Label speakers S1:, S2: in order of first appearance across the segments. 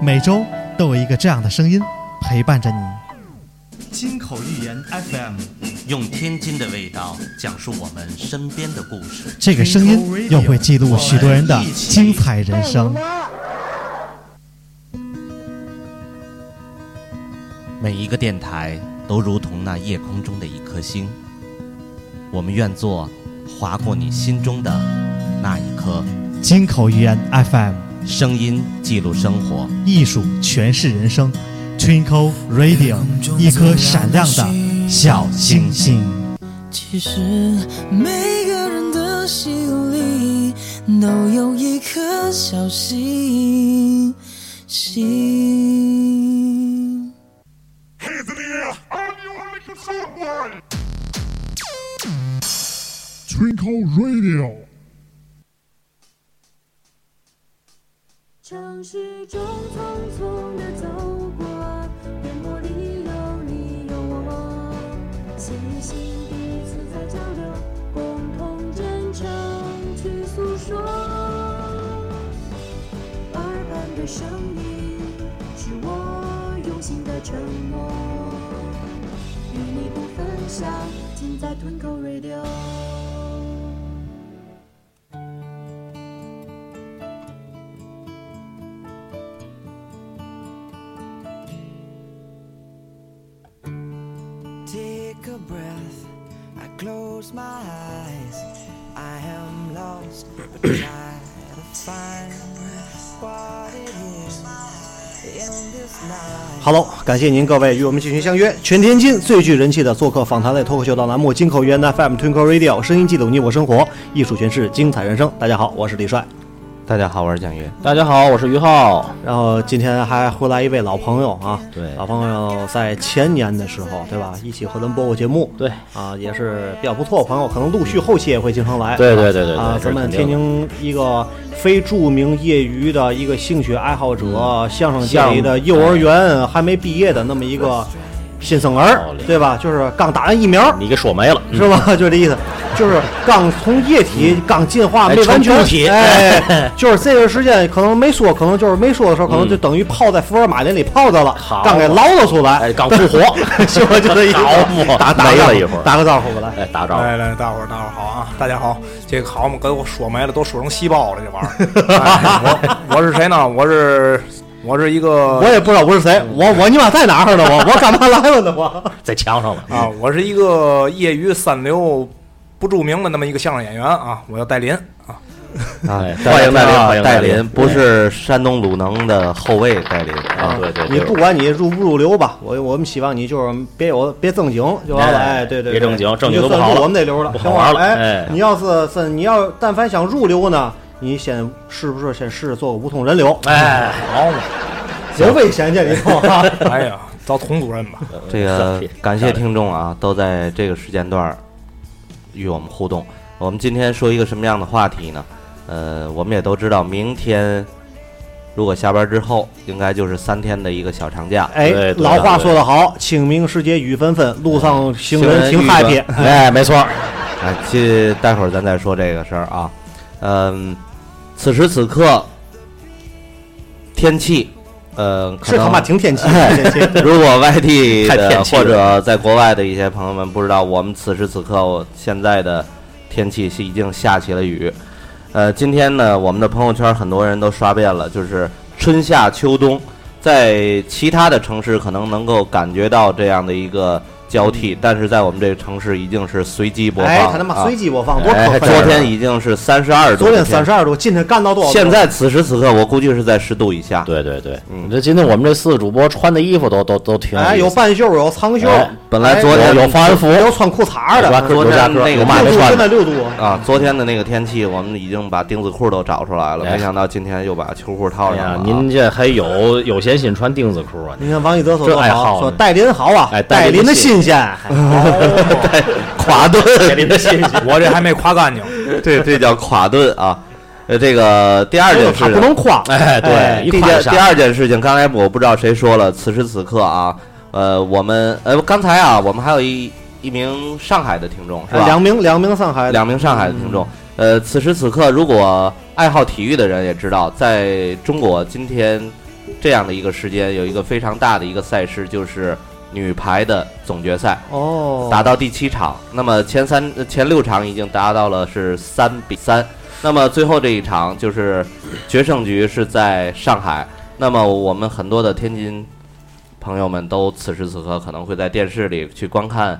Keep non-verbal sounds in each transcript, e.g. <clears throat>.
S1: 每周都有一个这样的声音陪伴着你。
S2: 金口玉言 FM，
S3: 用天津的味道讲述我们身边的故事。
S1: 这个声音又会记录许多人的精彩人生。
S3: 每一个电台都如同那夜空中的一颗星，我们愿做划过你心中的那一颗。
S1: 金口玉言 FM，
S3: 声音记录生活。
S1: 艺术诠释人生。Twinkle Radio，一颗闪亮的小星星。
S4: 其实每个人的心里都有一颗小星星。
S5: Twinkle Radio。
S6: 城市中匆匆地走过，烟波里有你有我，心与心彼此在交流，共同真诚去诉说。耳畔的声音是我用心的承诺，与你不分享，尽在吞口 radio。
S7: Take a breath. I close my eyes. I am lost, but try to find what it is in this night.
S8: Hello，感谢您各位与我们进行相约，全天津最具人气的做客访谈类脱口秀档栏目《金口语言 FM Twinkle Radio》，声音记录你我生活，艺术诠释精彩人生。大家好，我是李帅。
S3: 大家好，我是蒋云。
S9: 大家好，我是于浩。
S8: 然后今天还回来一位老朋友啊，
S3: 对
S8: 老朋友在前年的时候，对吧？一起和咱们播过节目，
S9: 对
S8: 啊，也是比较不错的朋友，可能陆续后期也会经常来。
S9: 对对对对对
S8: 啊，
S9: 这
S8: 咱
S9: 是
S8: 们
S9: 肯定
S8: 天
S9: 的
S8: 津一个非著名业余的一个兴趣爱好者，相声界
S9: 嗯相
S8: 里的
S9: 声哎
S8: 幼儿园还没毕业的那么一个新生儿
S9: 道理，
S8: 对吧？就是刚打完疫苗，
S9: 哦你给说没了，
S8: <laughs> 是
S9: <laughs>
S8: 吧？就这意思，就是刚从液体刚进化
S9: 哎
S8: 没完全
S9: 成固体 <laughs>
S8: 哎，就是这个时间可能没说，可能就是没说的时候，可能就等于泡在福尔马林里泡着了，
S9: 嗯好
S8: 刚给捞了出来，，
S9: 哎，刚复活
S8: 是吧？就这意思
S9: 好 <laughs> 嘛，
S8: 打打
S9: 没
S8: 个招
S9: 了
S8: 呼
S9: 一会儿，
S8: 打个招呼吧，来。
S9: 哎，打招呼。
S10: 来来，大伙儿大伙儿好啊！大家好，这个好嘛，给我说没了，都说成细胞了，这玩意儿。哎我我是谁呢？我是我是一个
S8: 我也不知道我是谁，我我你妈在哪儿呢？我我干嘛来了呢？我
S9: 在墙上了。
S10: 啊，我是一个业余三流不著名的那么一个相声演员啊，我叫戴林啊。
S3: 哎
S9: 大家
S3: 欢迎戴林，
S9: 好
S3: 欢迎
S9: 戴
S3: 林，
S9: 林嗯
S3: 不是山东鲁能的后卫戴林啊，
S9: 对对
S8: 你
S9: 对，
S8: 不管你入不入流吧，我我们希望你就是别有别正经就完了。
S9: 哎
S8: 哎，对对，
S9: 别
S8: 对
S9: 正经
S8: 你
S9: 正经
S8: 就
S9: 都不
S8: 算
S9: 好
S8: 入
S9: 了
S8: 我们这流了，
S9: 不好
S8: 行吧
S9: 玩了
S8: 哎
S9: 哎，
S8: 你要是是你要但凡想入流呢，你先是不是先试着做个无痛人流？
S9: 哎，
S10: 好嘛，
S8: 有危险这里头啊。
S10: 哎呀，找佟主任吧。
S3: 嗯这
S9: 呃小 <laughs>
S3: 个
S9: 品
S3: 感谢听众啊，都在这个时间段儿与我们互动。我们今天说一个什么样的话题呢？呃，我们也都知道，明天如果下班之后，应该就是三天的一个小长假。
S8: 哎
S9: 对对，对
S8: 老话说得好，清明时节雨纷纷，路上行人
S3: 行人
S8: 请
S3: 欲
S8: happy。
S9: 哎，没错，
S3: 哎，这待会儿咱再说这个事儿啊。嗯，此时此刻天气，呃，可
S8: 是
S3: 能
S8: 他妈挺天气，天气
S3: 如果外地
S9: 太
S3: 的
S9: 天气了
S3: 或者在国外的一些朋友们不知道，我们此时此刻我现在的天气是已经下起了雨。呃，今天呢，我们的朋友圈很多人都刷遍了，就是春夏秋冬，在其他的城市可能能够感觉到这样的一个交替，但是在我们这个城市已经是随机播放了
S8: 哎
S3: 啊。，
S8: 他他妈随机播放，多
S3: 哎
S8: 可
S3: 昨
S8: 恨！
S3: 天已经是三十二度，
S8: 昨天三十，二度，今天干到多少度？
S3: 现在此时此刻，我估计是在十度以下。
S9: 对对对，
S3: 嗯
S9: 你这今天我们这四个主播穿的衣服都都都挺
S8: 哎，有
S9: 意思
S8: 半袖，有长袖，
S9: 哎
S3: 本来昨
S9: 有
S3: 天
S9: 有防人服，
S8: 还有穿裤衩
S9: 有
S8: 的，
S9: 吧
S3: 昨
S9: 有夹
S3: 天
S9: 克，
S3: 那个
S9: 有嘛没
S8: 六度
S9: 穿
S8: 现在
S9: 的。
S8: 六度，
S3: 啊，昨天的那个天气，我们已经把钉子裤都找出来了，
S9: 哎
S3: 没想到今天又把秋裤套
S9: 哎
S3: 上了、
S9: 呀
S3: 啊，
S9: 您这还有有闲心穿钉子裤
S8: <laughs>
S9: 啊？
S8: 你看王一德说
S9: 这
S8: 多
S9: 爱好
S8: 好，
S9: 呢
S8: 说戴林好啊
S9: 哎，
S8: 戴
S9: 戴林
S8: 林的
S9: 的哎
S8: 新
S9: 新
S8: 鲜，哎
S9: 戴
S3: 垮顿，
S9: 林的信息，
S10: 我这还没夸干净，
S3: 对，这叫垮顿啊。呃，这个第二件事
S8: 他
S3: 情
S8: 不，能夸。
S9: 哎，
S3: 哎
S9: 对，一
S3: 第
S9: 块
S3: 件
S9: 儿
S3: 第二件事情，刚才我不知道谁说了，此时此刻啊，呃，我们呃，刚才啊，我们还有一一名上海的听众是吧？
S9: 啊
S8: 两名两名上海的，
S3: 两名上海的听众。
S9: 嗯
S3: 呃，此时此刻，如果爱好体育的人也知道，在中国今天这样的一个时间，有一个非常大的一个赛事，就是女排的总决赛。
S8: 哦
S3: 打到第七场，那么前三呃前六场已经达到了是三比三，那么最后这一场就是决胜局是在上海，那么我们很多的天津朋友们都此时此刻可能会在电视里去观看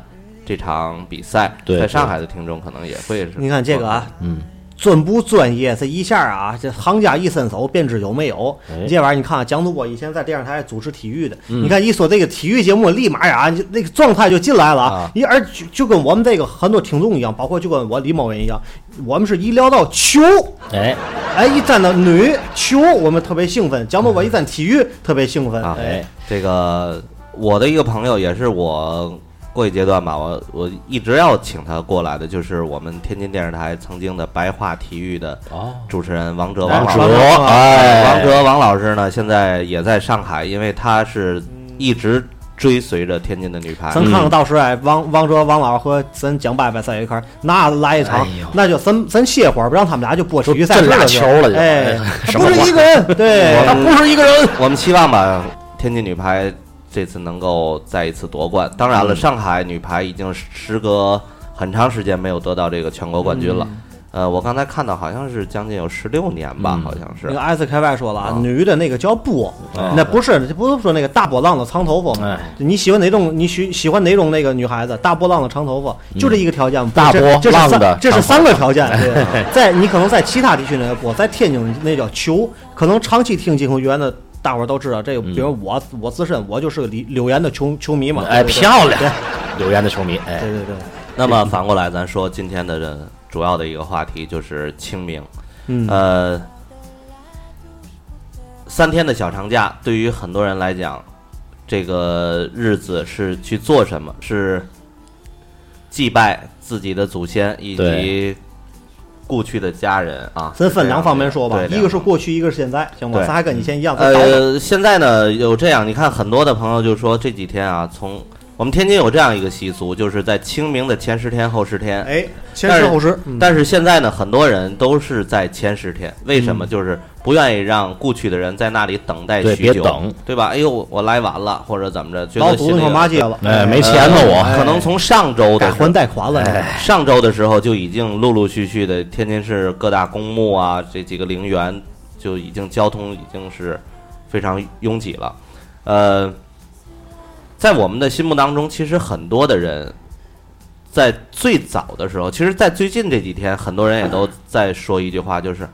S3: 这场比赛，
S9: 对
S3: 在上
S9: 对
S3: 海的听众可能也会是，
S8: 你看这个啊，
S9: 嗯，
S8: 专不专业？这一下啊，这行家一伸手便知有没有。
S9: 哎
S8: 这玩意儿你看啊，蒋主播以前在电视台主持体育的，
S9: 嗯
S8: 你看一说这个体育节目，立马呀，你那个状态就进来了啊。你而就就跟我们这个很多听众一样，包括就跟我李某人一样，我们是一聊到球，
S9: 哎
S8: 哎，一沾到女球，我们特别兴奋；蒋主播一沾体育，特别兴奋。
S3: 啊
S8: 哎，
S3: 这个我的一个朋友也是我过一阶段吧，我我一直要请他过来的，就是我们天津电视台曾经的白话体育的
S9: 哦，
S3: 主持人王哲
S8: 哎
S3: 王老师。
S8: 王哲
S9: 哎，
S3: 王哲王老师呢，现在也在上海，因为他是一直追随着天津的女排。
S8: 咱看看到时候哎，王王哲、王老和咱蒋伯伯在一块儿，那来一场
S9: 哎呦，
S8: 那就咱咱歇会儿，不让他们俩就播体育赛
S9: 这
S8: 事
S9: 俩
S8: 了
S9: 球了就，
S8: 哎，
S9: 什
S8: 他
S9: 么
S8: 不
S9: 话
S8: 是一个人，对，
S3: 我
S8: 他不是一个人。
S3: 哎我们希望吧，天津女排这次能够再一次夺冠。当然
S8: 嗯
S3: 了，上海女排已经时隔很长时间没有得到这个全国冠军了。
S8: 嗯
S3: 呃，我刚才看到好像是将近有十六年吧，
S9: 嗯
S3: 好像是
S8: 那个 S K Y 说了啊
S3: 啊，
S8: 女的那个叫波，
S3: 啊
S8: 那不是，这不是说那个大波浪的长头发吗
S9: 哎？
S8: 你喜欢哪种？你喜喜欢哪种那个女孩子？大波浪的长头
S3: 嗯
S8: 发，就这一个条件吗。
S9: 大
S8: 这
S9: 波
S8: 这是
S9: 浪
S8: 三
S9: 的
S8: 这是
S9: 长
S8: 三个条件。对，
S3: <laughs>
S8: 在你可能在其他地区那个波，在天津那叫球，可能长期听金口源的。大伙儿都知道这个，比
S3: 嗯
S8: 如我，我自身我就是个柳柳岩的球球迷嘛。
S9: 哎，
S8: 对不对
S9: 漂亮，柳岩的球迷，哎
S8: 对，对对，
S3: 那么反过来，咱说今天的这主要的一个话题就是清明。
S8: 嗯，
S3: 呃，三天的小长假对于很多人来讲，这个日子是去做什么？是祭拜自己的祖先以及
S9: 对
S3: 故去的家人啊。
S8: 咱
S3: 是这
S8: 分
S3: 样
S8: 两
S3: 的
S8: 方面说吧，
S3: 对
S8: 一
S3: 两
S8: 个是
S3: 方面
S8: 过去，一个是现在，行吗？
S3: 对
S8: 咱还跟以前一样，咱倒着
S3: 呃，现在呢有这样，你看很多的朋友就说这几天啊，从我们天津有这样一个习俗，就是在清明的前十天、后十天，
S8: 哎，前
S3: 但
S8: 十
S3: 是
S8: 后十，嗯
S3: 但是现在呢，很多人都是在前十天，为什么？就是不愿意让故去的人在那里等待
S9: 对
S3: 许久，
S9: 别等
S3: 对吧？哎呦，我我来晚了，或者怎么着，觉
S8: 老
S3: 得
S8: 祖宗
S3: 心里
S8: 上
S3: 有
S8: 骂街了，
S9: 哎没钱
S3: 呃
S9: 了我
S3: 可能从上周
S8: 哎改
S3: 的时
S8: 还贷款了，
S9: 哎
S8: 哎
S3: 上周的时候就已经陆陆续续的，天津市各大公墓啊，这几个陵园就已经交通已经是非常拥挤了。呃，在我们的心目当中，其实很多的人在最早的时候，其实，在最近这几天，很多人也都在说一句话，就是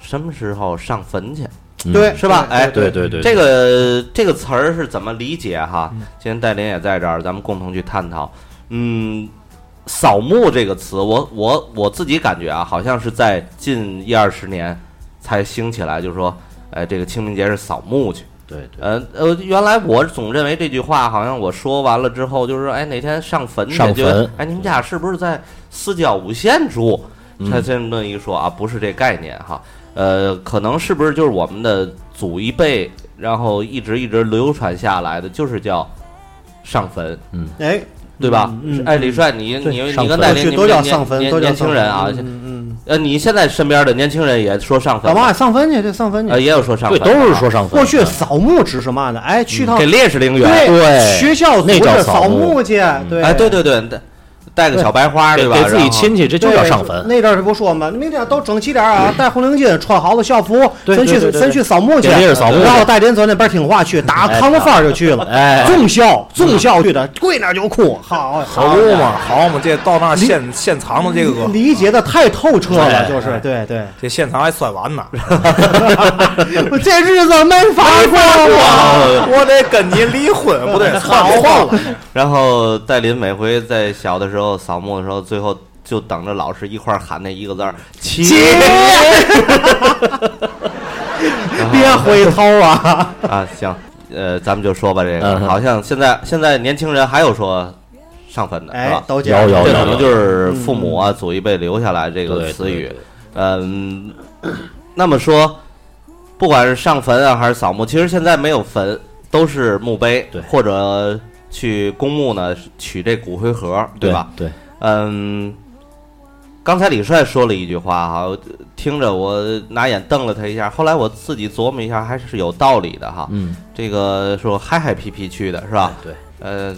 S3: 什么时候上坟去？
S9: 嗯
S8: 对，
S3: 是吧哎
S9: 对对对，嗯
S3: 这个这个词儿是怎么理解哈？今天戴琳也在这儿，咱们共同去探讨。嗯，扫墓这个词，我我我自己感觉啊，好像是在近一二十年才兴起来，就是说，哎，这个清明节是扫墓去。
S9: 对对
S3: 呃呃，原来我总认为这句话好像我说完了之后，就是说，哎，哪天上坟去？
S9: 上
S3: 就
S9: 坟
S3: 哎，你们家是不是在四郊五县住？
S9: 嗯
S3: 他这么一说啊，不是这概念哈。呃，可能是不是就是我们的祖一辈，然后一直一直流传下来的，就是叫上坟，
S8: 哎，
S3: 对吧？
S8: 嗯，
S3: 哎，李帅，你
S8: 对
S3: 你
S9: 上坟
S3: 你跟戴
S8: 过
S3: 琳，
S8: 去
S3: 你
S8: 都
S3: 们
S8: 叫
S3: 年
S8: 上坟，
S3: 年
S8: 都叫
S3: 年轻人啊
S8: 上，坟嗯嗯，
S3: 呃，你现在身边的年轻人也说上坟
S8: 干嘛上坟去？这上坟
S9: 哎
S3: 呃，
S8: 去。
S3: 也有说上
S9: 对
S3: 坟，
S9: 都是说上坟，
S8: 过去扫墓只是嘛呢？哎，去趟
S3: 给烈士陵园，
S9: 嗯对
S8: 学校组
S9: 那叫
S8: 织
S9: 扫
S8: 扫
S9: 墓嗯
S8: 墓去，对，
S3: 哎，对对对，带带个小白花，
S9: 给
S3: 吧？
S9: 给自
S3: 然
S9: 己
S3: 后
S9: 亲戚，这就
S8: 对
S9: 叫上坟，嗯
S8: 那阵儿不说嘛，明天都整齐点儿啊，戴红领巾，穿好了校服，咱
S9: 对对对
S8: 去
S9: 对
S8: 咱去扫墓去，
S9: 给烈士扫墓
S8: 然后戴连走那边听话去，打
S9: 哎
S8: 扛着幡儿就去了，
S9: 哎
S8: 重校重校去的，跪那儿就哭，好，啊
S10: 好嘛，好嘛，这到那儿现现藏的这个歌，
S8: 理解的太透彻
S9: 哎
S8: 了，就是对对，
S10: 这现场还摔碗呢，
S8: 我这日子没法过啊。
S10: 我得跟你离婚，不对，操了，
S3: 然后戴林每回在小的时候扫墓的时候，最后就等着老师一块儿喊那一个字儿“齐”，哎
S8: 别回头啊！
S3: <laughs> 啊，行，呃，咱们就说吧，这个
S9: 嗯
S3: 好像现在现在年轻人还有说上坟的，是
S8: 哎
S3: 吧，？
S8: 都这嗯
S9: 有有
S3: 这
S9: 有
S3: 可能就是父母啊、祖一辈留下来这个
S9: 对
S3: 词
S9: 对
S3: 语
S9: 对，
S3: 嗯，那么说，不管是上坟啊还是扫墓，其实现在没有坟，都是墓碑
S9: 对，
S3: 或者去公墓呢取这骨灰盒，
S9: 对
S3: 吧？？
S9: 对，
S3: 嗯，刚才李帅说了一句话哈，我听着我拿眼瞪了他一下，后来我自己琢磨一下，还是有道理的哈。
S9: 嗯，哎
S3: 这个说嗨嗨皮皮去的是吧？
S9: 对，
S3: 呃，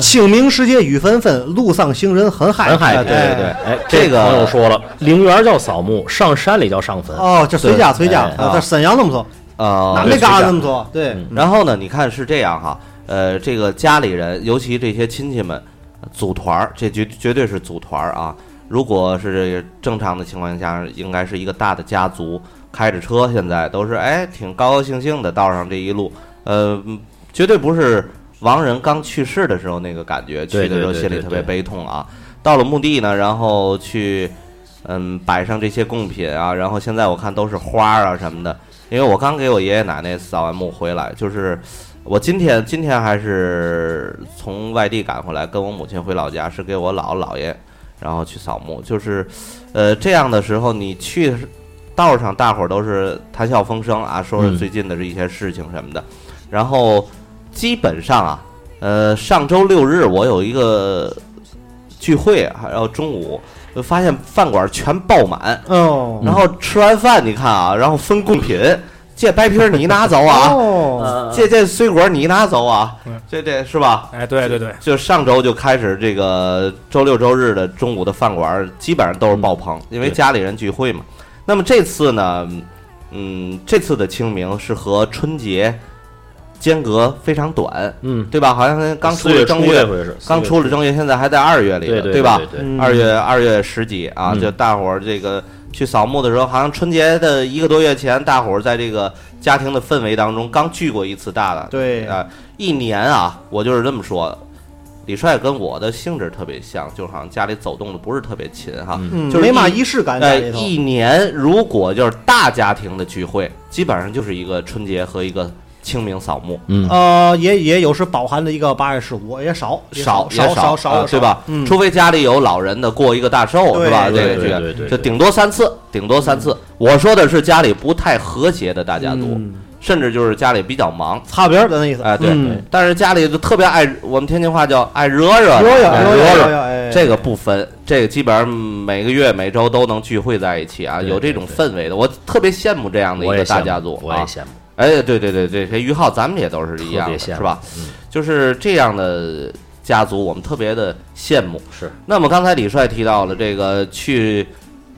S8: 清明时节雨纷纷，路上行人很害
S9: 很海
S8: 哎
S9: 对对对，哎，
S3: 这个
S9: 朋友说了，陵园叫扫墓，上山里叫上坟。
S8: 哦，这随家随家，
S3: 哎
S9: 对
S8: 啊在沈阳那么说，
S9: 嗯
S3: 呃，
S8: 哪那嘎达那么说，对，
S3: 然后呢，你看是这样哈，呃，这个家里人，尤其这些亲戚们，组团儿，这绝绝对是组团儿啊。如果是正常的情况下，应该是一个大的家族，开着车，现在都是哎挺高高兴兴的，道上这一路，呃，嗯绝对不是亡人刚去世的时候那个感觉，去
S9: 对
S3: 的时候
S9: 对对
S3: 心里
S9: 对
S3: 特别
S9: 对
S3: 悲痛啊。到了墓地呢，然后去嗯摆上这些贡品啊，然后现在我看都是花儿啊什么的，因为我刚给我爷爷奶奶扫完墓回来，就是我今天今天还是从外地赶回来，跟我母亲回老家，是给我姥姥姥爷，然后去扫墓，就是呃这样的时候你去道上，大伙儿都是谈笑风生啊，说说
S9: 嗯
S3: 最近的这一些事情什么的，然后基本上啊，呃上周六日我有一个聚会，然后中午。就发现饭馆全爆满，
S8: 哦，
S3: 然后吃完饭，你看啊，然后分贡品，这白皮儿你拿走啊，
S8: 哦，
S3: 这这水果你拿走啊，这这是吧？
S10: 哎，对对对，
S3: 就上周就开始这个周六周日的中午的饭馆儿基本上都是爆棚，因为
S9: 对
S3: 家里人聚会嘛。那么这次呢，嗯，这次的清明是和春节间隔非常短，
S9: 嗯，
S3: 对吧？好像刚出
S9: 四
S3: 了
S9: 月
S3: 正
S9: 初这回是
S3: 刚出了正月，现在还在二月里
S9: 对
S3: 了，
S9: 对
S3: 吧？
S9: 对对，
S8: 嗯
S3: 二月二月十几啊，
S9: 嗯
S3: 就大伙儿这个去扫墓的时候，好像春节的一个多月前，大伙儿在这个家庭的氛围当中刚聚过一次大的，
S8: 对
S3: 啊、一年啊，我就是这么说。李帅跟我的性质特别像，就好像家里走动的不是特别勤哈。
S9: 嗯
S8: 嗯
S3: 就是
S8: 没
S3: 一
S8: 嘛仪式感在
S3: 呃，
S8: 里头，
S3: 一年如果就是大家庭的聚会，基本上就是一个春节和一个清明扫墓，
S9: 嗯，
S8: 呃，也也有时饱含着一个八月十五，也少也
S3: 少也
S8: 少少
S3: 啊
S8: 少，
S3: 对吧？
S8: 嗯
S3: 除非家里有老人的过一个大寿，
S8: 对
S3: 是吧？
S9: 对
S3: 这
S9: 对
S3: 个这
S9: 对
S3: 个
S9: 对
S3: 就顶多三次，顶多三次。我说的是家里不太和谐的大家族，
S8: 嗯
S3: 甚至就是家里比较忙，
S8: 擦边儿的那意思
S3: 哎，对
S8: 嗯。
S3: 但是家里就特别爱，我们天津话叫爱惹惹，
S8: 有有
S3: 哎
S8: 有
S3: 惹
S8: 有
S3: 惹
S8: 有，哎，
S3: 这个不分，这个基本上每个月、每周都能聚会在一起啊，
S9: 对
S3: 有这种氛围的，我特别羡慕这样的一
S9: 我
S3: 个
S9: 也
S3: 大
S9: 羡
S3: 家
S9: 慕
S3: 族
S9: 我也
S3: 啊。
S9: 羡慕，
S3: 哎，对对对对，这于浩，咱们也都是一
S9: 特
S3: 样
S9: 别
S3: 的，
S9: 羡
S3: 是
S9: 慕
S3: 吧？？
S9: 嗯，
S3: 就是这样的家族，我们特别的羡慕。
S9: 是，
S3: 那么刚才李帅提到了这个去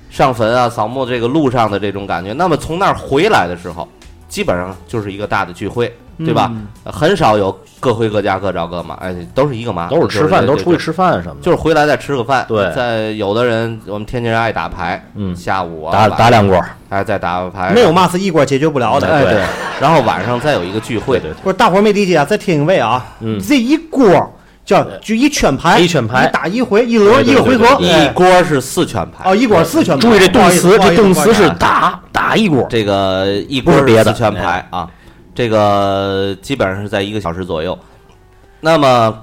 S3: 上坟啊、扫墓这个路上的这种感觉，那么从那儿回来的时候，基本上就是一个大的聚会，对吧？
S9: 嗯
S3: 呃很少有各回各家、各找各妈，哎，都是一个妈，
S9: 都是吃饭，
S3: 对
S9: 都是出去，
S3: 对
S9: 吃饭什么的，
S3: 对就是回来再吃个饭。
S9: 对
S3: 在有的人，我们天津人爱打牌，
S9: 嗯
S3: 下午啊
S9: 打
S3: 晚
S9: 打两锅，
S3: 哎再打个牌，
S8: 没有嘛是一锅解决不了的。
S3: 哎
S9: 嗯对
S3: 对，然后晚上再有一个聚会，
S9: 对对
S8: 不是，大伙儿没理解啊，在天津卫啊，
S9: 嗯
S8: 这一锅叫就一圈牌，
S9: 一圈牌
S8: 你打一回，一轮一
S9: 对
S8: 个回
S9: 对
S8: 合，
S9: 对对
S3: 一
S8: 哎
S3: 锅是四圈牌
S8: 哦，一锅四圈牌。
S9: 注意这
S8: 不好
S9: 动
S8: 意思
S9: 词，
S8: 不好
S9: 这
S8: 意思
S9: 动
S8: 不好
S9: 词
S8: 意思
S9: 是打打一锅，
S3: 这个一
S9: 不是
S3: 锅
S9: 别的
S3: 四圈牌
S8: 哎
S3: 啊，这个基本上是在一个小时左右。那么，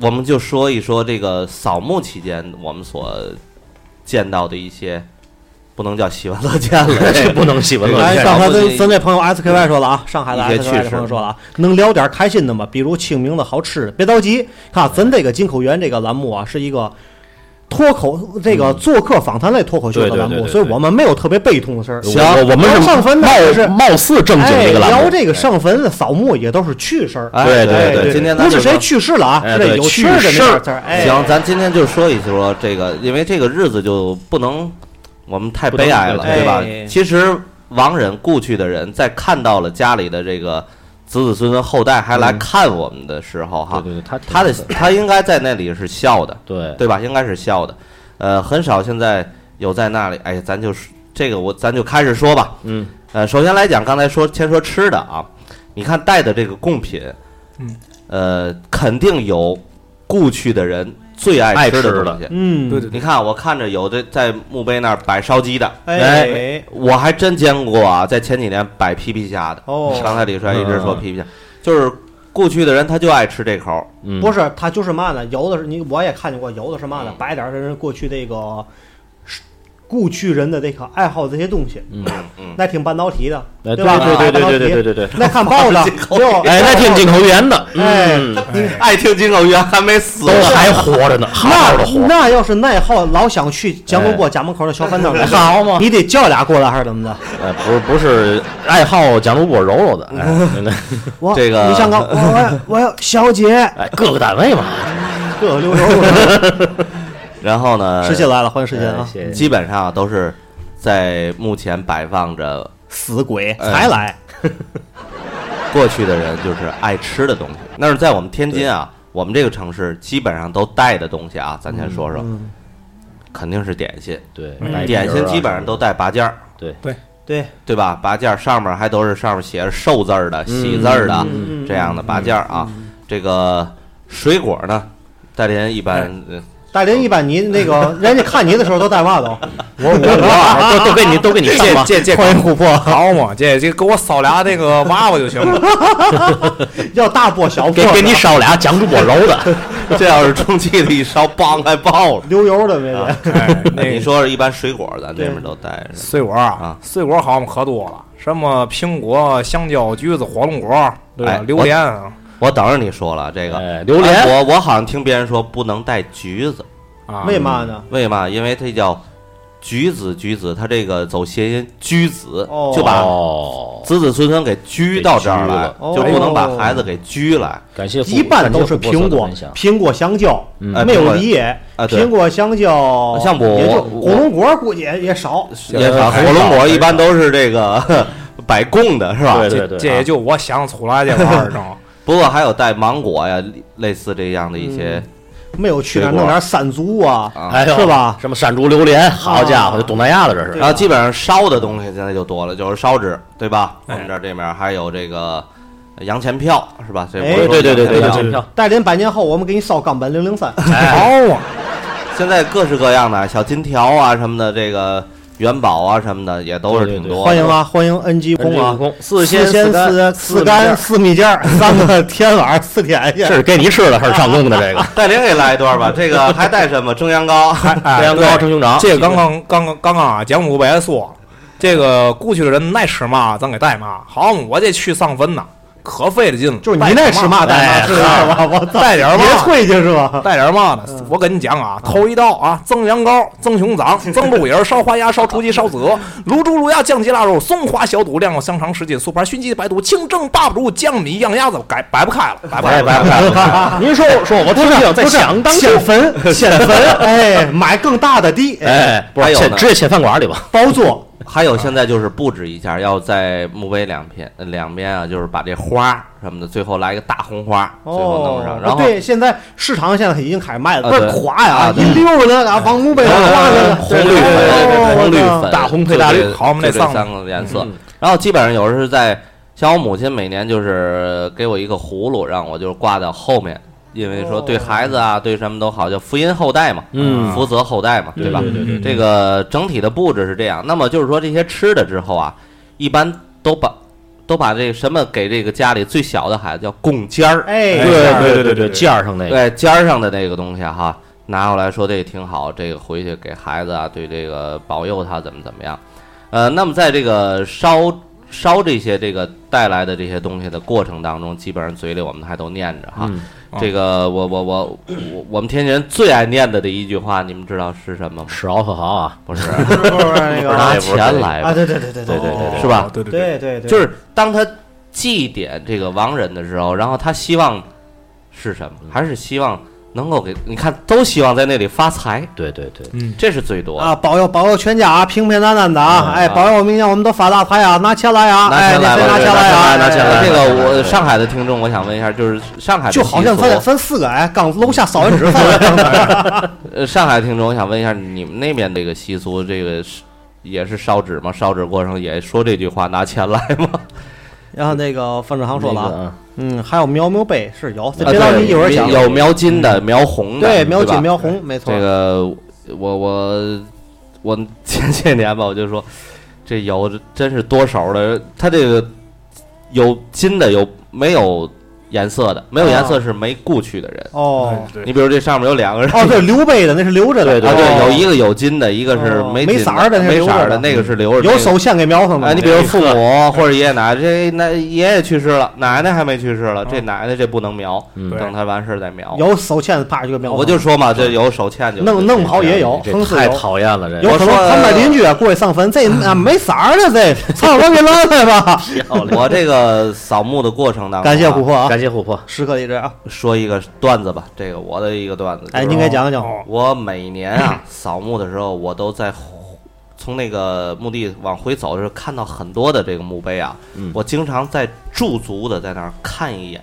S3: 我们就说一说这个扫墓期间我们所见到的一些，不能叫喜闻乐见
S8: <laughs>
S3: 了，
S9: 这不能细闻乐
S8: 哎，
S9: 见。
S8: 刚才
S3: 这
S8: 咱咱这朋友 S K Y 说了啊，上海的
S3: 一
S8: S
S3: 些
S8: K Y
S3: 趣
S8: 的
S3: 事
S8: 朋友说了啊，能聊点开心的吗？比如清明的好吃的，别着急，看啊咱这个进口源这个栏目啊，是一个脱口这个做客访谈类脱口秀的
S9: 嗯对对
S8: 栏
S9: 对
S8: 目，
S9: 对
S8: 所以
S9: 对
S8: 我们没有特别悲痛的事儿。
S9: 我我我们
S8: 聊
S9: 是
S8: 上坟呢，就是
S9: 貌貌似正经
S8: 哎
S9: 这个栏
S8: 聊
S9: 目，
S8: 这个上坟的扫墓也都是趣事儿。
S3: 哎
S9: 对对
S3: 对
S9: 对
S3: 今天
S8: 不
S3: 咱
S8: 是
S3: 就
S8: 谁
S3: 说
S8: 去世了啊，
S9: 哎
S8: 是
S9: 对
S8: 有
S9: 去
S8: 的那
S9: 世
S8: 点字儿。哎，
S3: 行，咱今天就说一说这个，因为这个日子就不能我们太
S9: 不能
S3: 悲哀了，
S9: 哎
S3: 对吧？
S8: 哎
S3: 其实亡人故去的人，在看到了家里的这个子子孙孙后代还来看我们的时候，哈
S9: 嗯对，对对，他
S3: 他的他应该在那里是笑的，
S9: 对
S3: 对吧？应该是笑的，呃，很少现在有在那里，哎，咱就是这个我咱就开始说吧，
S9: 嗯，
S3: 呃，首先来讲，刚才说先说吃的啊，你看带的这个贡品，
S10: 嗯，
S3: 呃，肯定有故去的人最爱
S9: 爱
S3: 吃
S9: 吃
S3: 的
S9: 的
S3: 东西。
S8: 嗯，
S10: 对对
S3: 你看，我看着有的在墓碑那儿摆烧鸡的，
S8: 哎，
S3: 我还真见过啊，在前几年摆皮皮虾的。
S8: 哦
S3: 刚才李帅一直说
S9: 嗯
S3: 皮皮虾，就是故去的人他就爱吃这口儿，
S9: 嗯
S8: 不是，他就是嘛呢？有的是你我也看见过，有的是嘛呢？摆点儿这人过去这个是故去人的这个爱好这些东西。
S9: 嗯嗯
S8: 那听半导体的，
S9: 哎
S8: 吧？
S9: 对对对对对对对对对
S8: 那看报
S9: <laughs>
S8: 的，对吧
S9: 哎，那听进口语言的，
S8: 哎
S9: 嗯，
S3: 爱听进口语言啊还没死，
S9: 都还活着呢，好好的
S8: 那
S9: 活着。
S8: 那要是那号老想去蒋公坡家门口的小饭
S9: <laughs>
S8: 店儿，
S9: 哎好嘛
S8: 你得叫俩过来还是怎么的？
S9: 哎，不是不是，爱好蒋主播柔柔的，哎，真的
S8: 我
S3: 这个
S8: 你想搞，我我要我要小
S9: <laughs>
S8: 姐，
S9: 哎，各个单位嘛，
S8: 各个溜溜。
S3: 然后呢，
S8: 时间来了，欢迎时间
S9: 哎
S8: 啊！
S9: 谢谢
S3: 基本上都是在目前摆放着
S8: 死鬼
S3: 哎
S8: 才来，
S3: 过去的人就是爱吃的东西。那是在我们天津啊，我们这个城市基本上都带的东西啊，咱先说说，肯定是点心，
S9: 对，
S10: 嗯
S9: 嗯带皮儿啊
S3: 点心基本上都带拔尖儿。
S9: 对，
S8: 对，
S3: 对吧？拔尖儿上面还都是上面写着“寿”字儿的、喜字儿的、
S8: 嗯嗯
S3: 这样的拔尖儿啊。
S9: 嗯
S3: 这个水果呢，大连一般、
S9: 哎
S3: 呃
S8: 大林一般你那个 <laughs> 人家看你的时候都带嘛都，
S9: 我我
S3: 呃
S9: 我都都给你
S10: <laughs>
S9: 都给你上吧，
S10: 这这
S8: 欢迎琥珀，
S10: <laughs> 好嘛，这这给我烧俩那个娃娃就行了。
S8: <laughs> 要大波小波，
S9: 给给你烧俩蒋主播揉的，
S3: <laughs> 这要是充气的一烧，梆还爆了。
S8: 溜油的没得。
S10: 哎，那
S3: 你说是一般水果咱这边都带着，
S10: 水果啊，水果好像可多了，什么苹果、香蕉、橘子、火龙果，对吧
S3: 哎？
S10: 榴莲啊，
S3: 我等着你说了这个、
S9: 哎，榴莲，
S3: 我我好像听别人说不能带橘子，
S10: 啊
S8: <laughs> 为嘛呢？
S3: 为嘛？因为这叫橘子，橘子，它这个走谐音“居子”，
S8: 哦
S3: 就把
S9: 哦，
S3: 子子孙孙给拘到这儿来，
S8: 给拘了
S3: 就不能把
S9: 哎
S8: 哦
S3: 孩子给拘来。
S9: 感谢父
S8: 一般都是
S9: 感谢
S8: 苹
S9: 父伯
S8: 果
S9: 嫂的分享、
S8: 苹果、香蕉，
S9: 嗯
S8: 没有梨也。
S3: 啊对
S8: 苹果、香蕉，
S3: 像我
S8: 也就
S3: 我
S8: 火龙果估计也也少。
S3: 也少，火龙果一般都是这个 <laughs> 摆供的，是吧？
S9: 对对
S10: 这
S9: 对，
S10: 这也就我想出来这玩意儿呢。
S3: 不过还有带芒果呀，类似这样的一些，
S9: 嗯
S8: 没有去那儿
S3: 水果
S8: 弄点山竹啊，
S9: 哎呦
S8: 是吧？
S9: 什么山竹榴莲，好家伙，这东南亚的这是
S3: 然后啊基本上烧的东西现在就多了，就是烧纸，对吧？我们这儿这面还有这个洋钱票，是吧？这
S8: 哎
S3: 我说
S9: 对对对对
S3: 洋
S9: 对
S3: 钱
S9: 对
S3: 票
S9: 对
S8: 大连百年后，我们给你烧冈本零零三，
S10: 好啊，
S3: 现在各式各样的小金条啊什么的，这个元宝啊什么的也都是挺多的。
S8: 欢迎啊，欢迎 NG
S9: 空
S8: 空啊，
S9: 空
S8: 四
S9: 四鲜
S8: 鲜
S9: 干
S8: 四
S9: 四
S8: 干
S9: 干，
S8: 四蜜饯儿，三个天晚上四天去
S9: 这。是给你吃的还是上供的这
S3: <laughs>
S9: 个？
S3: 戴琳给来一段吧，这个还带什么蒸羊
S9: <laughs>
S3: 羔？
S10: 哎
S9: 太阳高称兄长，
S10: 这刚刚刚刚刚刚啊，节目不也说了，这个故去的人爱吃嘛，咱给带嘛。好嘛，我这去上坟呐，可费了劲了。
S8: 就是你那是嘛带
S9: 哎
S8: 嘛是吧？我操，
S10: 带点儿
S8: 别
S10: 嘛
S8: 退去是吧？
S10: 带点嘛呢？我跟你讲啊，头一道啊，蒸羊羔、蒸熊掌、蒸鹿尾儿、烧花鸭、烧雏鸡、烧子鹅、卤猪、卤鸭、酱鸡、腊肉、松花小肚、晾肉香肠、什锦素盘、熏鸡、白肚、清蒸大肚、酱米、样鸭子，改摆不开了，摆不开
S9: 拜
S10: 了。
S9: 拜拜！您说说，我听听，在想当
S8: 迁坟，迁坟，哎，买更大的地，
S9: 哎，不
S3: 还
S9: 是
S3: 有
S9: 先
S3: 呢
S9: 直接先饭馆里吧？
S8: 包座，
S3: <laughs> 还有现在就是布置一下，要在墓碑两片呃两边啊，就是把这花什么的，最后来一个大红花，最后弄
S9: 哦
S3: 上。然后
S8: 对，现在市场现在已经开始卖了，
S3: 啊
S8: 倍儿
S3: 对
S8: 垮呀
S3: 啊，
S8: 一
S3: 对
S8: 溜的啊，往墓碑上挂着
S3: 呃
S8: 呢，
S3: 红绿
S8: 哎
S3: 粉，
S8: 呦
S3: 红绿
S8: 我操
S3: 粉，
S9: 大红配大绿
S3: 就这
S10: 好我们
S3: 就
S10: 那
S3: 这
S10: 丧
S3: 三个颜色。然后基本上有时候是在，像我母亲每年就是给我一个葫芦，让我就是挂到后面，因为说对孩子啊，对什么都好，叫福音后代嘛，
S9: 嗯
S3: 福泽后代嘛，对吧？
S10: 嗯
S9: 对
S3: 这个整体的布置是这样。那么就是说这些吃的之后啊，一般都把都把这什么给这个家里最小的孩子叫供尖儿，
S8: 哎，
S9: 对对对对对，尖儿上那个，
S3: 对尖儿上的那个东西哈，拿过来说这个挺好，这个回去给孩子啊，对这个保佑他怎么怎么样。呃，那么在这个烧烧这些这个带来的这些东西的过程当中，基本上嘴里我们还都念着哈。
S9: 嗯
S3: 这个我我我我我们天津人最爱念的的一句话，你们知道是什么吗？
S9: 吃嗷喝豪啊，
S3: 不是
S8: 不是不是那个
S3: 拿钱来
S8: 啊，
S3: 吧，
S8: 对对对对对对
S3: 是吧？
S10: 对对，
S8: 对对对，
S3: 就是当他祭奠这个亡人的时候，然后他希望是什么？还是希望能够给你看，都希望在那里发财。
S9: 对对对，
S3: 这是最多的
S8: 啊，保佑保佑全家啊，平平安安的啊！
S3: 嗯
S8: 哎，
S3: 啊
S8: 保佑我明年我们都发大财啊！拿钱来啊！
S3: 拿
S8: 哎，
S3: 钱来
S8: 那谁拿
S3: 吧，对
S8: 钱来啊！
S9: 拿钱来
S8: 哎
S3: 这
S9: 拿
S3: 个
S9: 钱来
S3: 我
S9: 对
S3: 上海的听众，我想问一下，就是上海的
S8: 就好像
S3: 习俗
S8: 咱咱四个哎，刚楼下扫完纸，扫完纸
S3: 呃，上海听众，我想问一下，你们那边这个习俗，这个是也是烧纸吗？烧纸过程也说这句话拿钱来吗？
S8: <laughs> 然后那个范志航说了
S9: 那个
S8: 啊，
S9: 啊，
S8: 嗯，还有苗苗杯是有，这
S3: 啊
S8: 别让
S3: 对
S8: 你一会儿想
S3: 有描金的、描红的，
S8: 对
S3: 嗯对
S8: 苗
S3: 吧
S8: 锦苗红，没错
S3: 这，个我我我前些年吧，我就说这有真是多手的，他这个有金的有没有颜色的，没有颜色是没故去的人。
S8: 哦，
S3: 你比如这上面有两个人，
S8: 哦，
S3: <laughs>
S8: 对，留背的那是留着的，
S3: 对对
S8: 哦
S3: 对，有一个有金的，一个是
S8: 哦
S3: 没
S8: 没
S3: 金
S8: 色儿的那是
S3: 没
S8: 留
S3: 色儿
S8: 着
S3: 的
S8: 的
S3: 那个是留着。
S8: 有
S3: 那个
S8: 手线给瞄上了
S3: 哎，你比如父母或者爷爷奶奶，这奶爷爷去世了，奶奶还没去世了，这奶奶这不能描，等他完事儿再描。
S8: 哦有手欠啪就给瞄上了，
S3: 我就说嘛，这有手欠就
S8: 弄弄不好也有
S9: 这
S8: 横死
S9: 太
S8: 有
S9: 讨厌了，这
S8: 有可能
S3: 我说哎
S8: 他们那邻居啊过去上坟，
S3: <clears throat>
S8: 这啊没色儿的这，操我给扔了吧！
S3: <laughs> 我这个扫墓的过程当中啊，
S8: 感谢琥珀啊，
S9: 感谢琥珀，
S8: 时刻一直啊，
S3: 说一个段子吧，这个我的一个段子。
S8: 哎，
S3: 就是
S8: 您给讲讲，
S3: 我每年啊扫墓的时候，我都在从那个墓地往回走的时候，看到很多的这个墓碑啊。
S9: 嗯
S3: 我经常在驻足的在那儿看一眼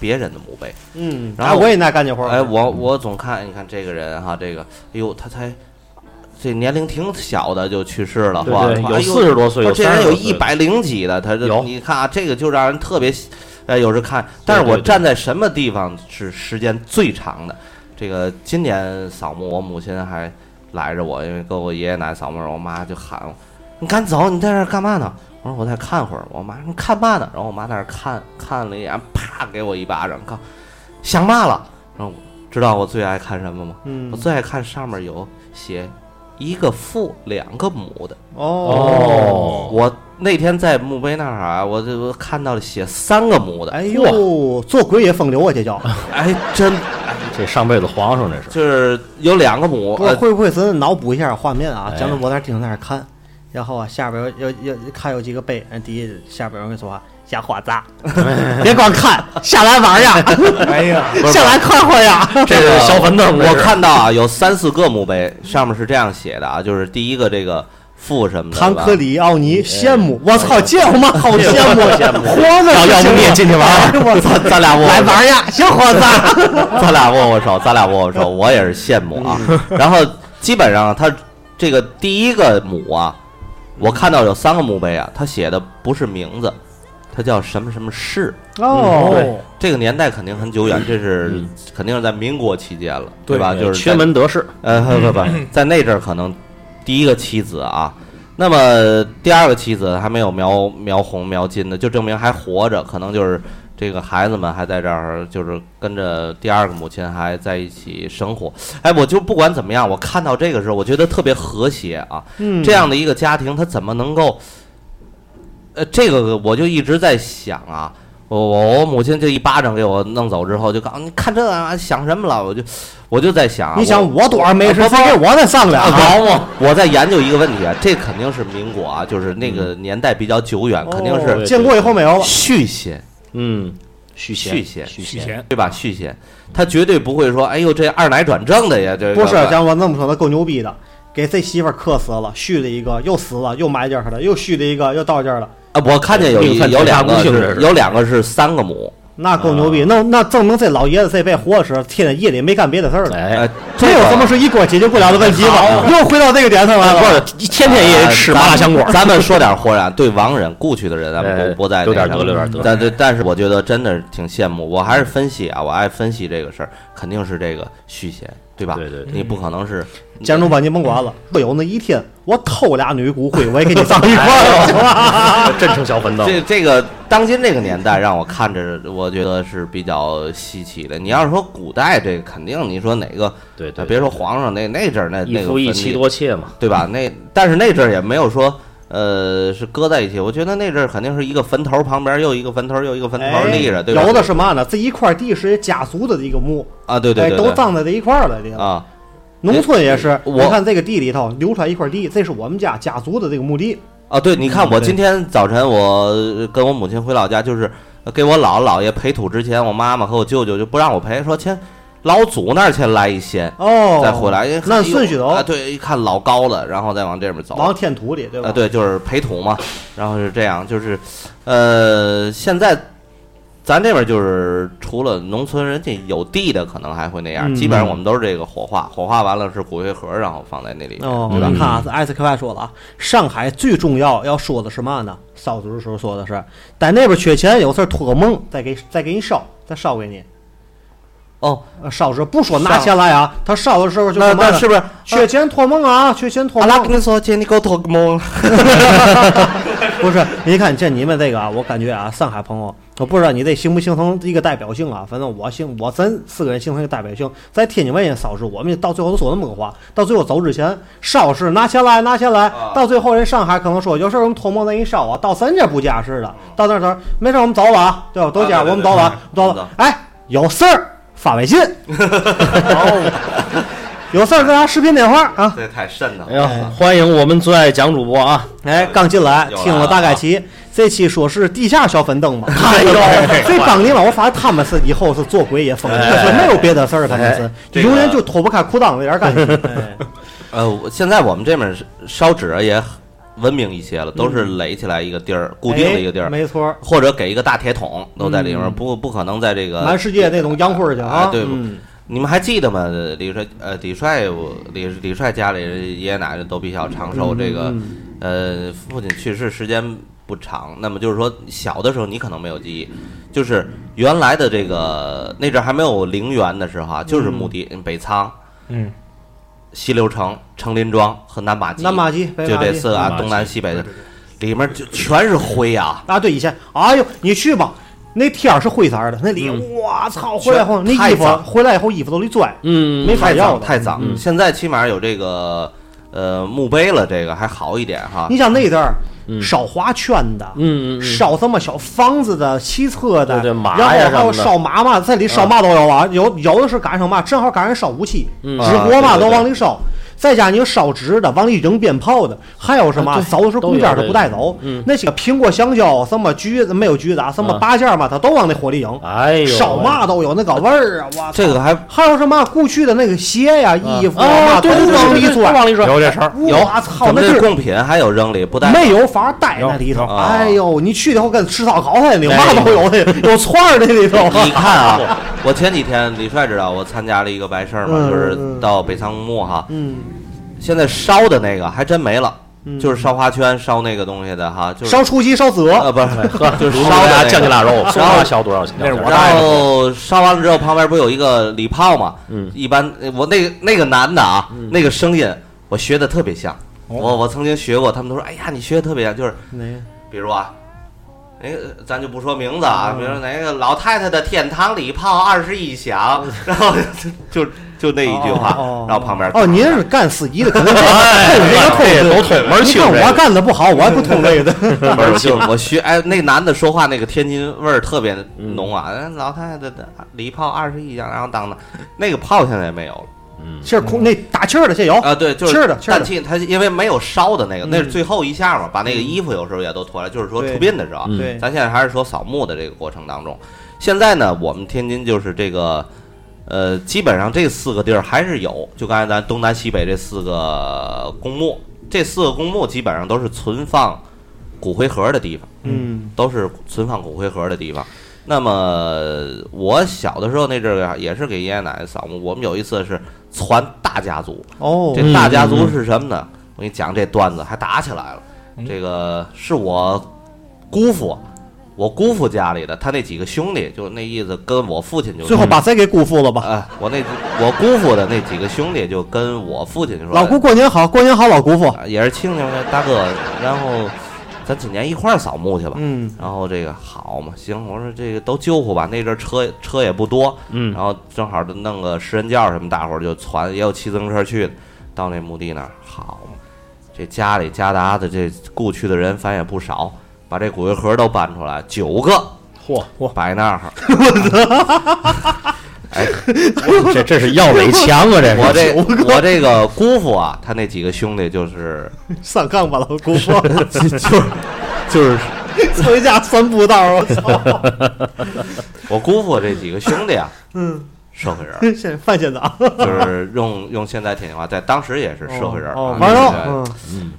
S3: 别人的墓碑。
S8: 嗯，
S3: 然后
S8: 哎我也爱干这活儿，
S3: 哎，我我总看，你看这个人哈，这个，哎呦，他才这年龄挺小的就去世了，
S9: 对
S3: 哇
S9: 对
S3: 哇
S9: 有
S3: 哎呦
S9: 40多岁
S3: 哇
S9: 有
S3: 这人
S9: 30
S3: 有
S9: 多岁
S3: 一百零几的，他这
S9: 有
S3: 你看啊，这个就让人特别，呃，有时看，但是
S9: 对
S3: 我
S9: 对
S3: 站在什么地方是时间最长的？这个今年扫墓，我母亲还来着我，因为跟我爷爷奶奶扫墓，我妈就喊我：“你赶紧走，你在这儿干嘛呢？”我说：“我再看会儿。”我妈：“你看嘛呢？”然后我妈在那儿看看了一眼，啪给我一巴掌，告想嘛了。然后我知道我最爱看什么吗？
S8: 嗯
S3: 我最爱看上面有写一个父两个母的。
S8: 哦，
S3: 我那天在墓碑那儿啊，我就我看到了写三个母的。
S8: 哎呦，做鬼也风流啊，这叫，
S3: 哎，真
S9: 这上辈子皇上这是。
S3: 就是有两个母，
S8: 不是
S3: 呃，
S8: 会不会咱脑补一下画面啊？
S9: 哎
S8: 讲的我在那儿盯着在那儿看，然后啊下边儿有有有看有几个碑，然后底下下边儿有人说话。下花砸，别光看，下来玩儿呀！哎呀，下来看会儿呀！
S9: 这是小坟头，
S3: 我看到啊，有三四个墓碑，上面是这样写的啊，就是第一个这个父什么的，
S8: 唐
S3: 是吧
S8: 克里奥尼羡慕，我操，这我妈好羡慕，啊
S9: 羡慕
S8: 活着
S9: 要
S3: 啊
S9: 要不你也进去玩
S8: 玩？ <laughs> 我操，
S3: 咱俩握
S8: 来玩儿呀，小伙子！
S3: 咱俩握握手，咱俩握握手，我也是羡慕啊。
S8: 嗯
S3: <laughs> 然后基本上他这个第一个母啊，我看到有三个墓碑啊，他写的不是名字，他叫什么什么氏。
S8: 哦，
S3: 这个年代肯定很久远，这是肯定是在民国期间了，对吧？
S9: 嗯
S3: 就是
S9: 缺
S3: 在
S9: 门得势，
S3: 呃，不不不，在那阵儿可能第一个妻子啊，那么第二个妻子还没有描描红描金的，就证明还活着，可能就是这个孩子们还在这儿，就是跟着第二个母亲还在一起生活。哎，我就不管怎么样，我看到这个时候，我觉得特别和谐啊，
S8: 嗯
S3: 这样的一个家庭，他怎么能够？呃，这个我就一直在想啊，我我我母亲这一巴掌给我弄走之后，就告诉我你看这啊想什么了？我就我就在想啊，
S8: 你想
S3: 我
S8: 我多少没事，谁给我再上两
S3: <laughs> 啊，我在研究一个问题啊，这肯定是民国啊，就是那个
S9: 嗯
S3: 年代比较久远，肯定
S8: 哦
S3: 是
S8: 建国以后没有了。
S3: 续弦，
S9: 嗯，续
S3: 续弦，
S10: 续弦
S3: 对吧？续弦，他绝对不会说，哎呦，这二奶转正的呀，这
S8: 不是，
S3: 这
S8: 像我那么说，他够牛逼的，给这媳妇儿克死了，续了一个，又死了，又埋这儿了，又续了一个，又到这儿了，
S3: 啊，我看见有一
S9: 命犯
S3: 有两
S9: 天
S3: 个
S9: 下孤星
S3: 是
S9: 这是
S3: 有两个是三个母，
S8: 那够牛逼。
S3: 啊
S8: 那那证明这老爷子这辈子活的时候，天天夜里没干别的事儿了。
S9: 哎
S3: 呃，，
S8: 这有什么是一锅解决不了的问题吗？又回到这个点上来
S9: 啊不
S8: 了。
S9: 是天天也吃麻辣香锅
S3: 咱，咱们说点豁然，对亡人、故去的人，咱们
S9: 哎
S3: 不不再
S9: 有点
S3: 那什么
S9: 德有点德
S3: 但但但是我觉得真的挺羡慕，我还是分析啊，我爱分析这个事儿，肯定是这个续弦，对吧？
S9: 对对对
S3: 你不可能是
S8: 江主管您甭管
S3: <laughs>
S8: 了，若有那一天我偷俩女骨灰，我也给你葬一块儿了，行吧？
S9: 哎 <laughs> 真成小坟头。
S3: 这这个当今这个年代，让我看着我觉得是比较稀奇的。你要是说古代，这肯定你说哪个，
S9: 对对，
S3: 咱
S9: 嗯
S3: 别说皇上那那阵儿那
S9: 一
S3: 那个
S9: 夫一
S3: 坟
S9: 妻
S3: 地
S9: 多妾嘛，
S3: 对吧？那但是那阵儿也没有说。呃，是搁在一起，我觉得那阵儿肯定是一个坟头旁边又一个坟头又一个坟头
S8: 哎
S3: 立着，对吧？
S8: 有的是嘛呢？这一块地是家族的一个墓，
S3: 啊，对对
S8: 哎，
S3: 对，
S8: 都
S3: 对
S8: 葬在这一块儿了，这个。
S3: 啊，哎
S8: 农村也是，
S3: 我
S8: 你看这个地里头留出来一块地，这是我们家家族的这个墓地。
S3: 啊，对，你
S8: 嗯
S3: 看我今天早晨我呃跟我母亲回老家，就是呃给我姥姥姥爷培土之前，我妈妈和我舅舅就不让我陪，说先老祖那儿先来一先，
S8: 哦，
S3: 再回来，因为
S8: 那顺序
S3: 的
S8: 走
S3: 啊，对，一看老高了，然后再往这边走。
S8: 往天土里，对吧？
S3: 啊，对，就是培土嘛，然后是这样，就是，呃，现在咱这边就是除了农村，人家有地的可能还会那样，
S8: 嗯
S3: 基本上我们都是这个火化，火化完了是骨灰盒，然后放在那里面，
S8: 哦，
S3: 对吧？
S8: 你看啊，这艾斯克外说了啊，上海最重要要说的是嘛呢？烧纸的时候说的是，在那边缺钱，有事儿托个梦，再给再给你烧，再烧给你。
S3: 哦，
S8: 呃烧纸不说拿钱来啊，他烧的时候就
S3: 那
S8: 说嘛
S3: 那
S8: 呢
S3: 是不是？
S8: 缺钱托梦啊？缺钱托
S3: 阿拉
S8: 梦
S3: 跟，你说，姐，你给我托个梦。
S8: 不是？你看这你们这个啊，我感觉啊，上海朋友我不知道你这形不形成一个代表性啊，反正我形我咱四个人形成一个代表性，在天津卫也烧纸，我们到最后都说那么个话，到最后走之前烧纸拿钱来拿钱来，到最后人上海可能说有事儿我们偷摸那一烧啊，到咱这不加事了，到那儿说没事儿我们走了啊，对吧？都加、
S3: 啊对对
S8: 我们走了啊，
S3: 对对
S8: 走了，哎，有事儿发微信，有事儿给咱视频电话啊，
S3: 这太瘆得
S9: 哎呀，欢迎我们最爱蒋主播啊！
S8: 哎，刚进来
S3: 又来了啊
S8: 听了大概齐，这期说是地下小粉
S3: <laughs>
S8: 灯嘛，<laughs>
S9: 哎呦
S8: 所以当年嘛，我发现他们是以后是做鬼也疯了，就是没有别的事儿，他们是
S9: 哎
S8: 就
S3: 哎这个
S8: 永远就脱不开裤裆那点儿感
S3: <laughs>
S8: 觉。
S3: 呃，我现在我们这边是烧纸啊也文明一些了，都是垒起来一个地儿，固定的一个地
S8: 嗯哎
S3: 儿，
S8: 没嗯错儿，
S3: 或者给一个大铁桶都在里面，不不可能在这个
S8: 满世界那种洋灰儿去啊
S3: 呃哎，对
S8: 嗯
S3: 你们还记得吗？李帅，呃，李帅，我李李帅家里人爷爷奶奶都比较长寿。这个，
S8: 嗯
S3: 呃，父亲去世时间不长，那么就是说，小的时候你可能没有记忆，就是原来的这个那阵儿还没有陵园的时候啊，
S8: 嗯
S3: 就是墓地、北仓、
S10: 嗯，
S3: 西流城、城林庄和南马基，
S8: 南马基北
S3: 就
S8: 马
S3: 这
S8: 基
S3: 四个
S10: 南马
S3: 啊，
S10: 基
S3: 东南西北的，里面就全是灰啊，
S8: 啊，对，以前，哎呦，你去吧。那天儿是灰色儿的，那里我操！回来后那
S3: 全
S8: 衣服
S3: 嗯太脏
S8: 回来以后衣服都得拽，
S9: 嗯，
S8: 没法
S3: 太
S8: 要
S3: 脏
S8: 的。
S3: 太脏。
S10: 嗯
S3: 现在起码有这个呃墓碑了，这个还好一点哈。
S8: 你像那阵儿烧花圈的，
S9: 啊嗯嗯嗯嗯
S8: 烧什么小房子的、汽车的，
S9: 对对马呀
S8: 然后还有
S9: 什么的
S8: 烧麻嘛，在里烧嘛都有啊，有有的是赶上嘛，正好赶上烧武器、
S9: 嗯
S8: 纸活嘛
S9: 啊对对
S8: 都
S9: 对
S8: 往里烧。再加上你有烧纸的，往里扔鞭炮的，还有什么
S9: 啊对
S8: 走的时候
S9: 都有
S8: 工件儿
S9: 这
S8: 都
S9: 个
S8: 不带走
S9: 嗯，
S8: 那些苹果、香蕉、什么橘子没有橘子啊，什么
S9: 啊
S8: 八件儿嘛，它都往那火里扔，
S9: 哎呦，
S8: 烧嘛都有那个味儿啊！我操
S3: 这个还
S8: 还有什么过去的那个鞋呀、衣服
S9: 啊，
S8: 嘛都
S9: 对对对，
S8: 往里
S9: 对对
S8: 拽，
S9: 往里拽，
S10: 有这事儿，
S8: 有我操，
S3: 咱
S8: 那
S3: 们
S8: 是
S3: 这贡品还有扔里不带
S8: 没有法带那里头。
S3: 有啊
S8: 哎呦，你去以后跟吃烧烤似的，有
S9: 哎
S8: 嘛都有的，有串儿的里头。<laughs>
S3: 你看啊， <laughs> 我前几天李帅知道我参加了一个白事儿嘛，
S8: 嗯
S3: 就是
S8: 嗯
S3: 到北仓墓哈，
S8: 嗯，
S3: 现在烧的那个还真没了，
S8: 嗯
S3: 就是烧花圈、烧那个东西的哈，就是
S8: 烧初鸡， <laughs> 烧子鹅，
S3: 呃不是，就是烧
S9: 烧
S3: 的那
S9: 的
S3: 个
S9: 酱鸡腊肉，
S3: 然
S9: 烧
S3: 后
S9: 了小多少钱？啊
S10: 那是我
S3: 然后烧完了之后，旁边不有一个礼炮嘛？
S9: 嗯
S3: 一般我那个那个男的啊，
S8: 嗯
S3: 那个声音我学的特别像，
S8: 哦
S3: 我我曾经学过，他们都说哎呀你学的特别像，就是比如啊，那个咱就不说名字啊，
S8: 嗯
S3: 比如说哪个老太太的天堂礼炮二十一响， <laughs> 然后就就就那一句话
S8: 嗯哦，
S3: 然后旁边
S8: 哦，您是干司仪的，可能这
S9: 哎，
S3: <laughs>
S8: 这
S9: 这
S8: 个
S9: 都
S8: 通知。
S9: 捅门儿
S8: 你
S9: 清
S8: 看
S9: 这
S8: 我
S9: 个。
S8: 干的不好，我还不通这个的。
S3: 不是就我学哎，那男的说话那个天津味儿特别浓
S8: 嗯
S3: 啊，哎老太太的礼炮二十一响，然后当当，那个炮现在也没有了。
S8: 是空那打气儿的，这有
S3: 啊，对，就
S8: 哦
S3: 是
S8: 是的是的
S3: 氮气，它因为没有烧的那个，那是
S8: 嗯
S3: 最后一下嘛，把那个衣服有时候也都脱了，就是说
S8: 对
S3: 出殡的时候，啊
S9: 嗯
S8: 对
S3: 咱现在还是说扫墓的这个过程当中，现在呢，我们天津就是这个，呃，基本上这四个地儿还是有，就刚才咱东南西北这四个公墓，这四个公墓基本上都是存放骨灰盒的地方，
S8: 嗯，
S3: 都是存放骨灰盒的地方。那么我小的时候那阵儿啊也是给爷爷奶奶扫墓，我们有一次是攒大家族，
S8: 哦，
S3: 这大家族是什么呢？我给你讲这段子，还打起来了。
S8: 嗯
S3: 这个是我姑父，我姑父家里的，他那几个兄弟，就那意思，跟我父亲就
S8: 最后把谁给辜负了吧？
S3: 哎，我那我姑父的那几个兄弟就跟我父亲就说，
S8: 老姑过年好，过年好，老姑父。
S3: 啊也是亲戚嘛大哥，然后咱今年一块儿扫墓去吧。
S8: 嗯，
S3: 然后这个好嘛，行，我说这个都揪乎吧，那阵儿车车也不多，
S9: 嗯
S3: 然后正好弄个十人轿什么，大伙儿就攒，也有骑自行车去的，到那墓地那儿，好嘛，这家里家达的这故去的人反正也不少，把这骨灰盒都搬出来，九个
S9: 嚯，
S3: 摆那儿，
S9: 这这是要垒墙啊！这是
S3: 我这我这个姑父啊，他那几个兄弟就是
S8: <laughs> 上杠吧，老姑
S3: <laughs>
S8: 父， <laughs>
S9: 就是
S8: 回家三步道，我
S3: <laughs>
S8: 操！
S3: 我姑父这几个兄弟啊，社会人儿。
S8: 现在范县长，
S3: <laughs> 就是用用现在天津话，在当时也是社会人儿
S8: 哦
S3: 啊，，
S8: 完
S3: 对
S8: 了，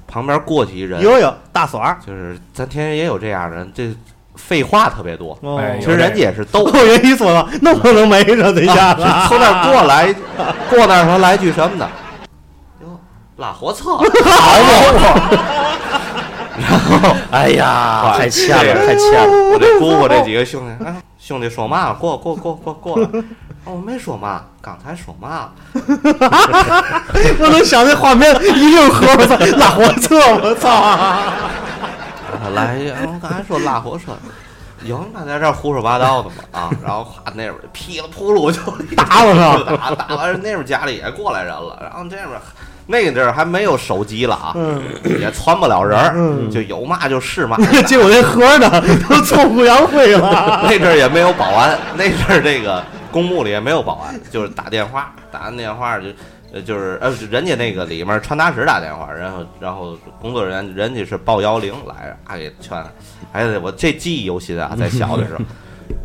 S3: 旁边过去一
S8: 嗯，
S3: 人，
S8: 有有大耍儿，
S3: 就是咱天津也有这样的人，这废话特别多。
S8: 哦
S10: 哎
S3: 其实人家也是逗，
S8: 我原 <laughs> 一说了，弄不能没了，等一下子啊，<laughs>
S3: <laughs> 从那儿过来，过那儿时候来句什么呢？哟，拉火车，好嘛！
S9: 哎呀，太欠了，太欠了！
S3: <laughs> 我这姑父这几个兄弟，哎，兄弟说嘛？过过过过过来。哦，我没说嘛，刚才说嘛。
S8: 我能想那画面一溜河， <laughs> 我操，拉 <laughs> 火车，我操！
S3: 来，我刚才说拉火车，有他妈在这儿胡说八道的吗？啊，然后哗那边儿噼里扑噜就
S8: 打我了，
S3: 打打完了那边儿家里也过来人了，然后这边儿那个地儿还没有手机了啊，也传不了人儿，就有嘛就是嘛
S8: 结果那盒呢都凑胡杨灰了。
S3: <laughs> 那阵儿也没有保安，那阵儿这个公墓里也没有保安，就是打电话，打完电话就。呃，就是呃，人家那个里面传达室打电话，然后然后工作人员人家是报幺零来，啊给劝，哎，我这记忆犹新啊，在
S9: <laughs>
S3: 小的时候，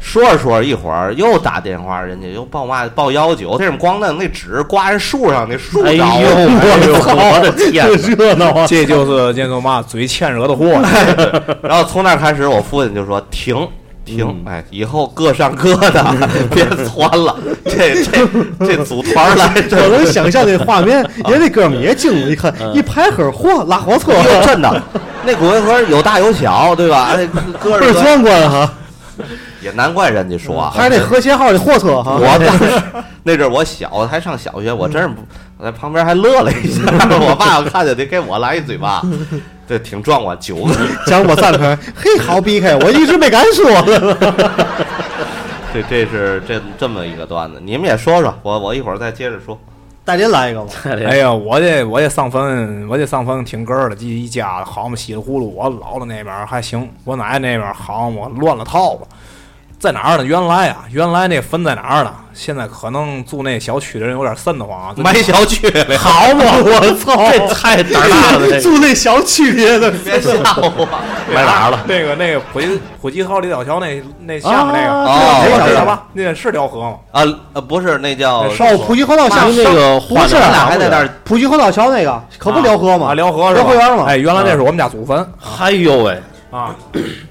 S3: 说着说着一会儿又打电话，人家又报嘛报幺九，这种光弄那纸挂人树上，那树
S9: 哎呦，
S3: 倒了，
S9: 我操，我的天
S8: 这！热闹啊！
S10: <laughs> 这就是这种嘛嘴欠惹的祸。
S3: <laughs> 然后从那开始，我父亲就说
S8: 嗯
S3: 停停，哎，以后各上各
S8: <laughs>
S3: 的，别窜了。这这这组团来，
S8: <laughs> 我
S3: 这
S8: 能想象那画面，人那哥们儿也惊了，一看一拍盒，嚯，拉火车， <laughs>
S3: 又真的，那骨灰盒有大有小，对吧？哎，搁
S8: 倍儿
S3: 着搁
S8: 壮观哈！
S3: 也难怪人家说啊，
S8: 嗯还是那和谐号的货车哈，
S3: 我当时 <laughs> 那阵儿我小，还上小学，我真是不，我在旁边还乐了一
S8: <laughs>
S3: 下。我爸我看见得给我来一嘴巴，这挺壮观，九个，
S8: 讲我三盆，嘿，好避开，我一直没敢说。
S3: 这这是这这么一个段子。你们也说说，我我一会儿再接着说。
S8: 大林来一个吧，
S10: 哎呀，我这我这上坟，我这上坟挺根儿的，这一家好嘛稀里糊涂。我姥姥那边儿还行，我奶奶那边儿好嘛乱了套了。在哪儿呢？原来啊，原来那坟在哪儿呢？现在可能住那小区的人有点瘆得
S8: <laughs>
S10: 慌啊。
S3: 埋小区里，
S8: 好嘛， <laughs> 我操，
S9: 这太胆儿
S8: <laughs>
S9: 大了，这
S8: 住那小区的，
S3: 别吓我。
S9: 埋哪儿了？
S10: 那个那个普吉普吉号立交桥那那下面那个，
S3: 哦
S10: 那
S3: 我知
S10: 是
S3: 道
S10: 什么？那个是条河吗？
S3: 啊呃，不是，那叫
S8: 哦，普吉河道下
S9: 就那个
S8: 不
S9: 画
S8: 是，
S9: 的
S3: 咱俩还在那儿，
S8: 普吉河道桥那个，可不辽河吗？
S10: 啊，辽河是吧
S8: 辽河园吗？
S10: 哎，原来那是我们家祖坟
S9: 哎呦喂， <coughs>
S10: 啊，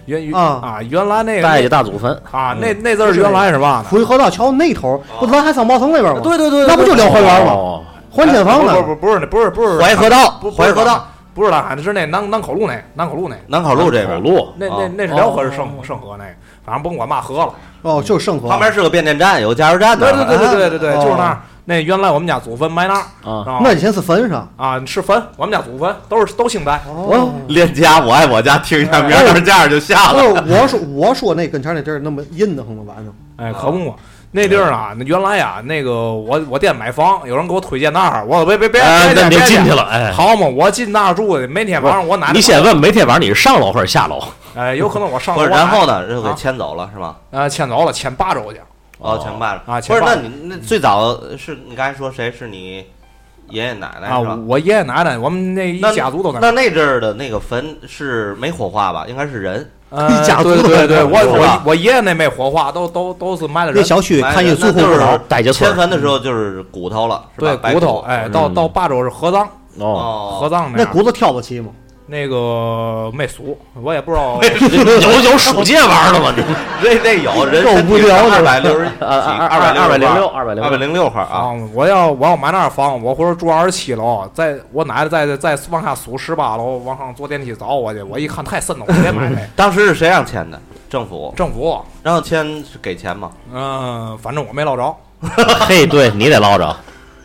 S10: 原原
S8: 啊
S10: 啊，原来那个
S9: 大爷大祖坟，嗯
S10: 啊，那那字儿原来是嘛呢？
S8: 普吉啊河道桥那头，不咱还上茂城那边吗？
S10: 对对对对
S8: 那不就辽河园吗？
S9: 哦，
S8: 环天坊呢？
S10: 不不不不是不是不是
S3: 淮河道
S10: 不，
S3: 淮河道，
S10: 不是大海，是那南南口路那南口路那
S9: 哦
S3: 南考路这边
S9: 走，路
S10: 那那那是辽
S9: 哦
S10: 河是圣圣河那个，反正甭管嘛河了。
S8: 哦，就是圣河
S3: 旁边是个变电站，有个加油站
S10: 对
S3: 的。
S10: 对对对对对对，
S8: 哦
S10: 就是那儿。那原来我们家祖坟埋那儿
S9: 啊，
S10: 啊
S8: 那以前是坟上。
S10: 啊是坟，我们家祖坟都是都姓白。
S8: 哦，
S3: 恋家，我爱我家，听一下，明儿这样就下
S8: 不
S3: 了。
S8: 是，我说我说那跟前那地儿那么阴的很吗？晚上
S10: 哎，可不嘛，那地儿啊，那原来啊，那个我我店买房，有人给我推荐那儿，我说别别别，
S9: 哎，
S10: 别
S9: 那你就
S10: 别
S9: 进去了，哎，
S10: 好嘛，我进那儿住的，每天晚上我奶奶
S9: 你先问，每天晚上你是上楼还是下楼？
S10: 哎，有可能我上
S3: 不是，
S10: 楼
S3: 然后
S10: 呢，
S3: 呢，就给
S10: 啊
S3: 迁走了是吗？
S10: 呃，迁走了，迁霸州去，
S3: 哦，全办了
S10: 啊
S3: 不
S10: 全
S3: 是，
S10: 办了
S3: 那你那最早是你刚才说谁是你爷爷奶奶
S10: 啊，
S3: 是吧？
S10: 我爷爷奶奶，我们那一
S3: 那
S10: 家族都在那
S3: 那
S10: 儿。
S3: 那阵儿的那个坟是没火化吧？应该是人，
S10: 呃
S8: 一家族
S10: 对
S8: 都
S10: 对
S8: 在那
S10: 对，
S8: 儿
S10: 我
S3: 是吧
S10: 我我爷爷那没火化，都都都是埋的
S8: 那
S10: 人。
S8: 小区看
S3: 那啊
S8: 一租户
S3: 就
S8: 不
S3: 是
S8: 少，
S9: 待家村
S3: 迁坟的时候就是骨头了，是吧
S10: 对？
S3: 白
S10: 骨头，哎，到
S9: 嗯
S10: 到霸州是合葬，
S9: 哦，
S10: 合
S3: 哦，
S10: 葬
S8: 那
S10: 样
S8: 骨头挑不起吗？
S10: 那个没数，我也不知道。
S9: <laughs> 有有属这玩意儿了吗？你
S3: 这这
S10: <laughs>
S3: 有人
S8: 受不了
S3: 二百六十
S9: <laughs> 啊啊
S3: 二百
S9: 二百零六哦
S3: 二
S9: 二百零
S3: 二百零六块
S10: 啊
S3: 啊！！
S10: 我要我要买那儿房，我回头住二十七楼，在我奶奶再再往下数十八楼，往上坐电梯找我去。我一看太深了，我别买那
S3: 当时是谁让迁的？政府，
S10: 政府，
S3: 然后迁是给钱吗？
S10: 嗯、反正我没捞着。
S9: 嘿，对你得捞着，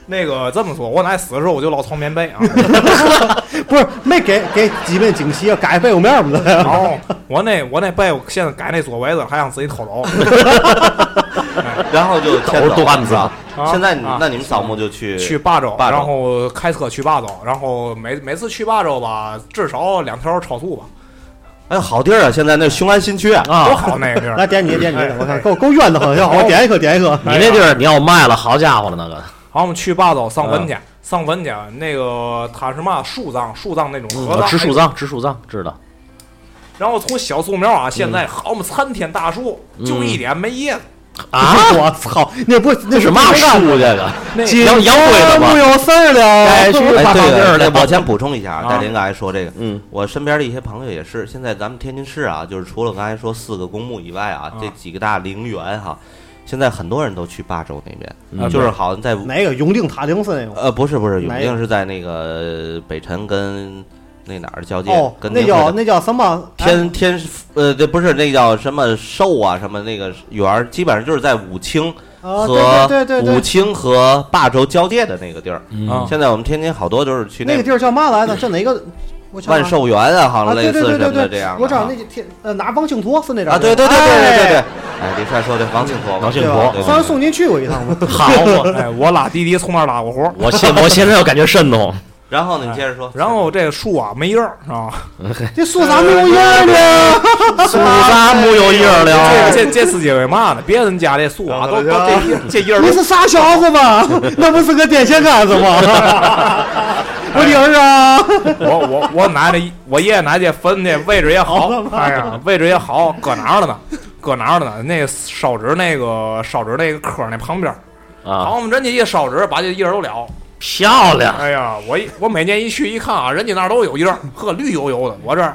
S10: 那个这么说，我奶死的时候我就老床棉被啊，
S8: 不是，没给给几面锦旗，啊改被褥面儿
S10: <laughs> 然
S8: 了。
S10: 后我那我那被我现在改那左围子，还让自己偷走。
S3: 然后就
S9: 都
S3: 迁
S9: 是
S3: 走了
S9: 段
S3: 是
S9: 子。
S3: 吧。
S10: 啊
S3: 现在你
S10: 啊
S3: 那你们扫墓就
S10: <laughs>
S3: 去
S10: 去霸州，
S3: 霸州
S10: 然后开车去霸州，然后每每次去霸州吧，至少两条超速吧，
S3: 哎，好地儿啊！现在那雄安新区啊，
S10: 多好那
S8: <laughs>
S10: 个地
S8: 来
S10: 儿。
S8: 点你，点你
S10: 哎，
S8: 我看够够冤的很，要我点一个，点一个。
S9: 你那地儿你要卖了，好家伙了，那个
S10: 然后我们去霸州上坟去，上坟去，那个他是嘛树葬，树葬那种合
S9: 啊
S10: 葬，
S9: 植树葬，植树葬，知道。
S10: 然后从小树苗啊，现在好嘛，参天大树，就一点没叶子。
S9: 啊，
S8: <laughs> 我操，那不那
S9: 这是嘛树？啊这个？
S10: 那
S9: 杨杨贵的
S8: 木
S9: 吗？
S8: 有事儿了，
S9: 哎 <laughs>
S8: 是不是
S3: 哎，
S8: 发
S3: 对
S8: 房地儿
S3: 了对
S8: 了？
S3: 了，我先补充一下啊，
S10: 啊
S3: 戴林刚才说这个，
S9: 嗯，
S3: 我身边的一些朋友也是，现在咱们天津市啊，就是除了刚才说四个公墓以外啊，这几个大陵园哈，现在很多人都去霸州那边，
S9: 嗯
S3: 就是好像在
S8: 哪个永定塔丁寺那个？
S3: 呃不是不是，永
S8: 哪
S3: 定是在那个北辰跟那哪儿交界
S8: 哦，，
S3: 跟
S8: 那
S3: 宁
S8: 叫
S3: 辉的
S8: 那哎叫什么？
S3: 天天呃这不是那叫什么寿啊什么那个园儿，基本上就是在武清
S8: 啊，
S3: 和
S8: 对对对对
S3: 武
S8: 对，
S3: 清和霸州交界的那个地儿。
S10: 啊
S3: 现在我们天津好多都是去
S8: 那个地儿叫嘛来着？叫哪个？我想
S3: 万寿园啊，好
S8: 啊，
S3: 像类
S8: 对对
S3: 似
S8: 对
S3: 什
S8: 对
S3: 么
S8: 对，
S3: 的这样的。
S8: 我找
S3: 啊
S8: 那个天呃拿王庆坨是那张
S3: 啊，对对对对对对对
S8: 哎，
S3: 哎，李帅说的王庆国，
S9: 王庆
S8: 对
S9: 国
S8: 吧
S3: 对？
S8: 虽然送您去过一趟
S3: <laughs>
S8: 嘛，
S10: 好嘛，哎，我拉滴滴从那儿拉过活儿。
S9: 我现我现在要感觉渗透，
S3: 然后呢，你接着说。
S10: 哎然后这树啊没叶儿啊，
S8: 这树咋没有叶啊儿呢？
S9: 苏萨木有叶儿
S10: 这
S9: 了，
S10: 这这司机为嘛呢？别人家这树啊都都这叶这叶儿
S8: 你
S10: 都
S8: 是傻小子吧？ <laughs> 那不是个电线杆子吗？ <laughs> 我领着啊，
S10: 我我我奶奶我爷爷奶奶这坟的位置也好，哎呀，位置也好，搁哪儿了呢？搁哪儿了呢？那烧纸那个烧纸那个科儿那旁边儿，
S9: 啊，
S10: 好嘛，人家一烧纸把这叶儿都了。
S9: 漂亮，
S10: 哎呀，我一我每年一去一看啊，人家那儿都有叶儿，呵，绿油油的，我这儿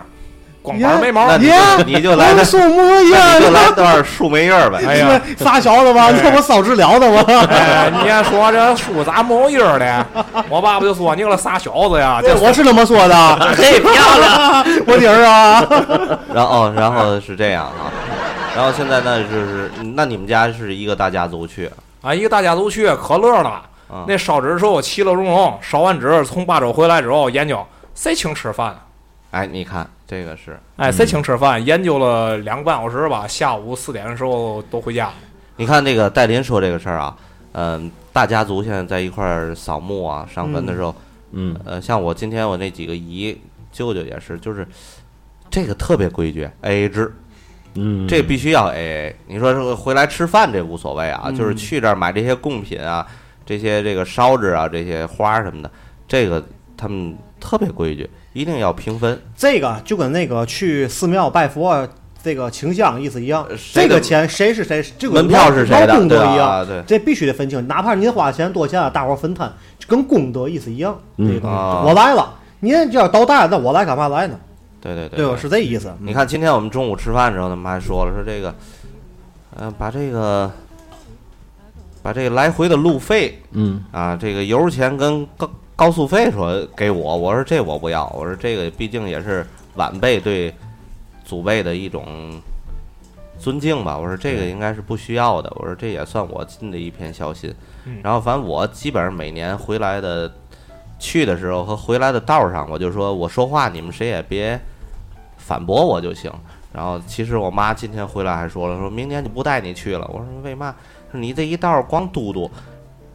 S10: 光板儿没毛
S3: 那
S10: 儿。
S3: 你就你就 <laughs> 来
S8: 哎我
S3: 段，
S8: 树木有叶
S3: 你就
S8: 儿呢。
S3: 来段树莓叶儿呗。
S10: 哎呀，
S8: 傻小子吧？
S10: 哎
S8: 你看我扫治疗的吗？
S10: 哎，你还说这树咋没有叶儿呢？我爸爸就说你个傻小子呀，这
S8: 我是 <laughs> 这么说的，啊
S9: 嘿，漂亮，
S8: <laughs> 我领着啊。
S3: 然后哦然后是这样啊，然后现在呢就是，那你们家是一个大家族去
S10: 啊一个大家族去可乐了。
S3: 啊？
S10: 那烧纸时候其乐融融，烧完纸从巴州回来之后研究谁请吃饭，啊
S3: 哎，你看这个是，
S10: 哎谁请吃饭，研究了两个半小时吧，下午四点的时候都回家了。
S3: 你看这个戴林说这个事儿啊，嗯、大家族现在在一块儿扫墓啊、上坟的时候，
S9: 嗯，
S3: 呃，像我今天我那几个姨、舅舅也是，就是这个特别规矩，A A 制，
S9: 嗯，
S3: 这必须要 A A。你说是回来吃饭这无所谓啊，
S10: 嗯
S3: 就是去这儿买这些贡品啊、这些这个烧纸啊、这些花什么的，这个他们特别规矩，一定要平分。
S8: 这个就跟那个去寺庙拜佛啊这个倾向意思一样，
S3: 呃谁
S8: 这
S3: 的
S8: 个钱谁是谁，这个
S3: 门票是谁
S8: 劳
S3: 的？
S8: 功
S3: 对
S8: 德一样，
S3: 吧？对。
S8: 这必须得分清，哪怕您花钱多钱啊，大伙儿分摊，就跟功德意思一样。这
S9: 嗯
S8: 个东西
S3: 啊
S8: 我来了，您要都带，那我来干嘛来呢？
S3: 对对对嗯
S8: 对吧？是这意思。
S3: 你看，今天我们中午吃饭的时候，他们还说了，说这个，呃，把这个，把这个来回的路费
S9: 嗯，
S3: 啊，这个油钱跟高高速费说给我，我说这我不要，我说这个毕竟也是晚辈对祖辈的一种尊敬吧，我说这个应该是不需要的，我说这也算我尽的一片孝心
S10: 嗯。
S3: 然后反正我基本上每年回来的去的时候和回来的道上，我就说我说话你们谁也别反驳我就行。然后其实我妈今天回来还说了，说明年就不带你去了。我说为嘛？说你这一道儿光嘟嘟，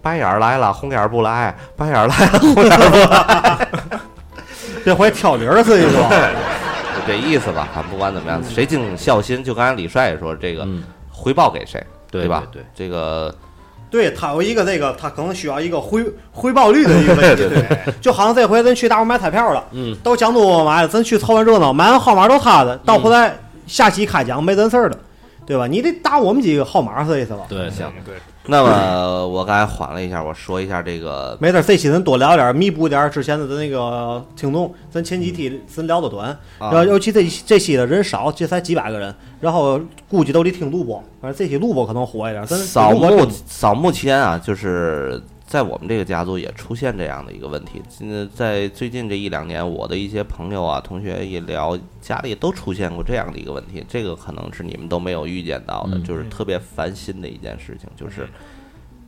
S3: 白眼儿来了，红眼儿不来；白眼儿来了，红眼儿不来， <laughs>
S8: 这回挑理儿是一说，
S3: 就这意思吧。反正不管怎么样，谁尽孝心，就刚才李帅也说这个
S9: 嗯
S3: 回报给谁，
S9: 对
S3: 吧？
S9: 对对
S3: 这个
S8: 对他有一个这个，他可能需要一个回回报率的一个问题，对，就好像这回咱去大伙买彩票了，
S9: 嗯，
S8: 都讲我买了，咱去凑完热闹，买完号码都他的，到回来下期开奖没咱事儿了，对吧？你得打我们几个号码是这意思吧？
S9: 对，
S3: 行。
S10: 嗯对，
S3: 那么我刚才缓了一下，我说一下这个
S8: 没事儿，这期咱多聊点儿，弥补点儿之前的咱那个听众，咱前几期咱聊的短，然后
S3: 啊
S8: 尤其这这期的人少，这才几百个人，然后估计都得听录播，反正这期录播可能火一点，咱
S3: 扫
S8: 录播
S3: 墓扫墓期间啊，就是在我们这个家族也出现这样的一个问题。现在在最近这一两年，我的一些朋友啊、同学一聊，家里都出现过这样的一个问题。这个可能是你们都没有预见到的，
S9: 嗯
S3: 就是特别烦心的一件事情，就是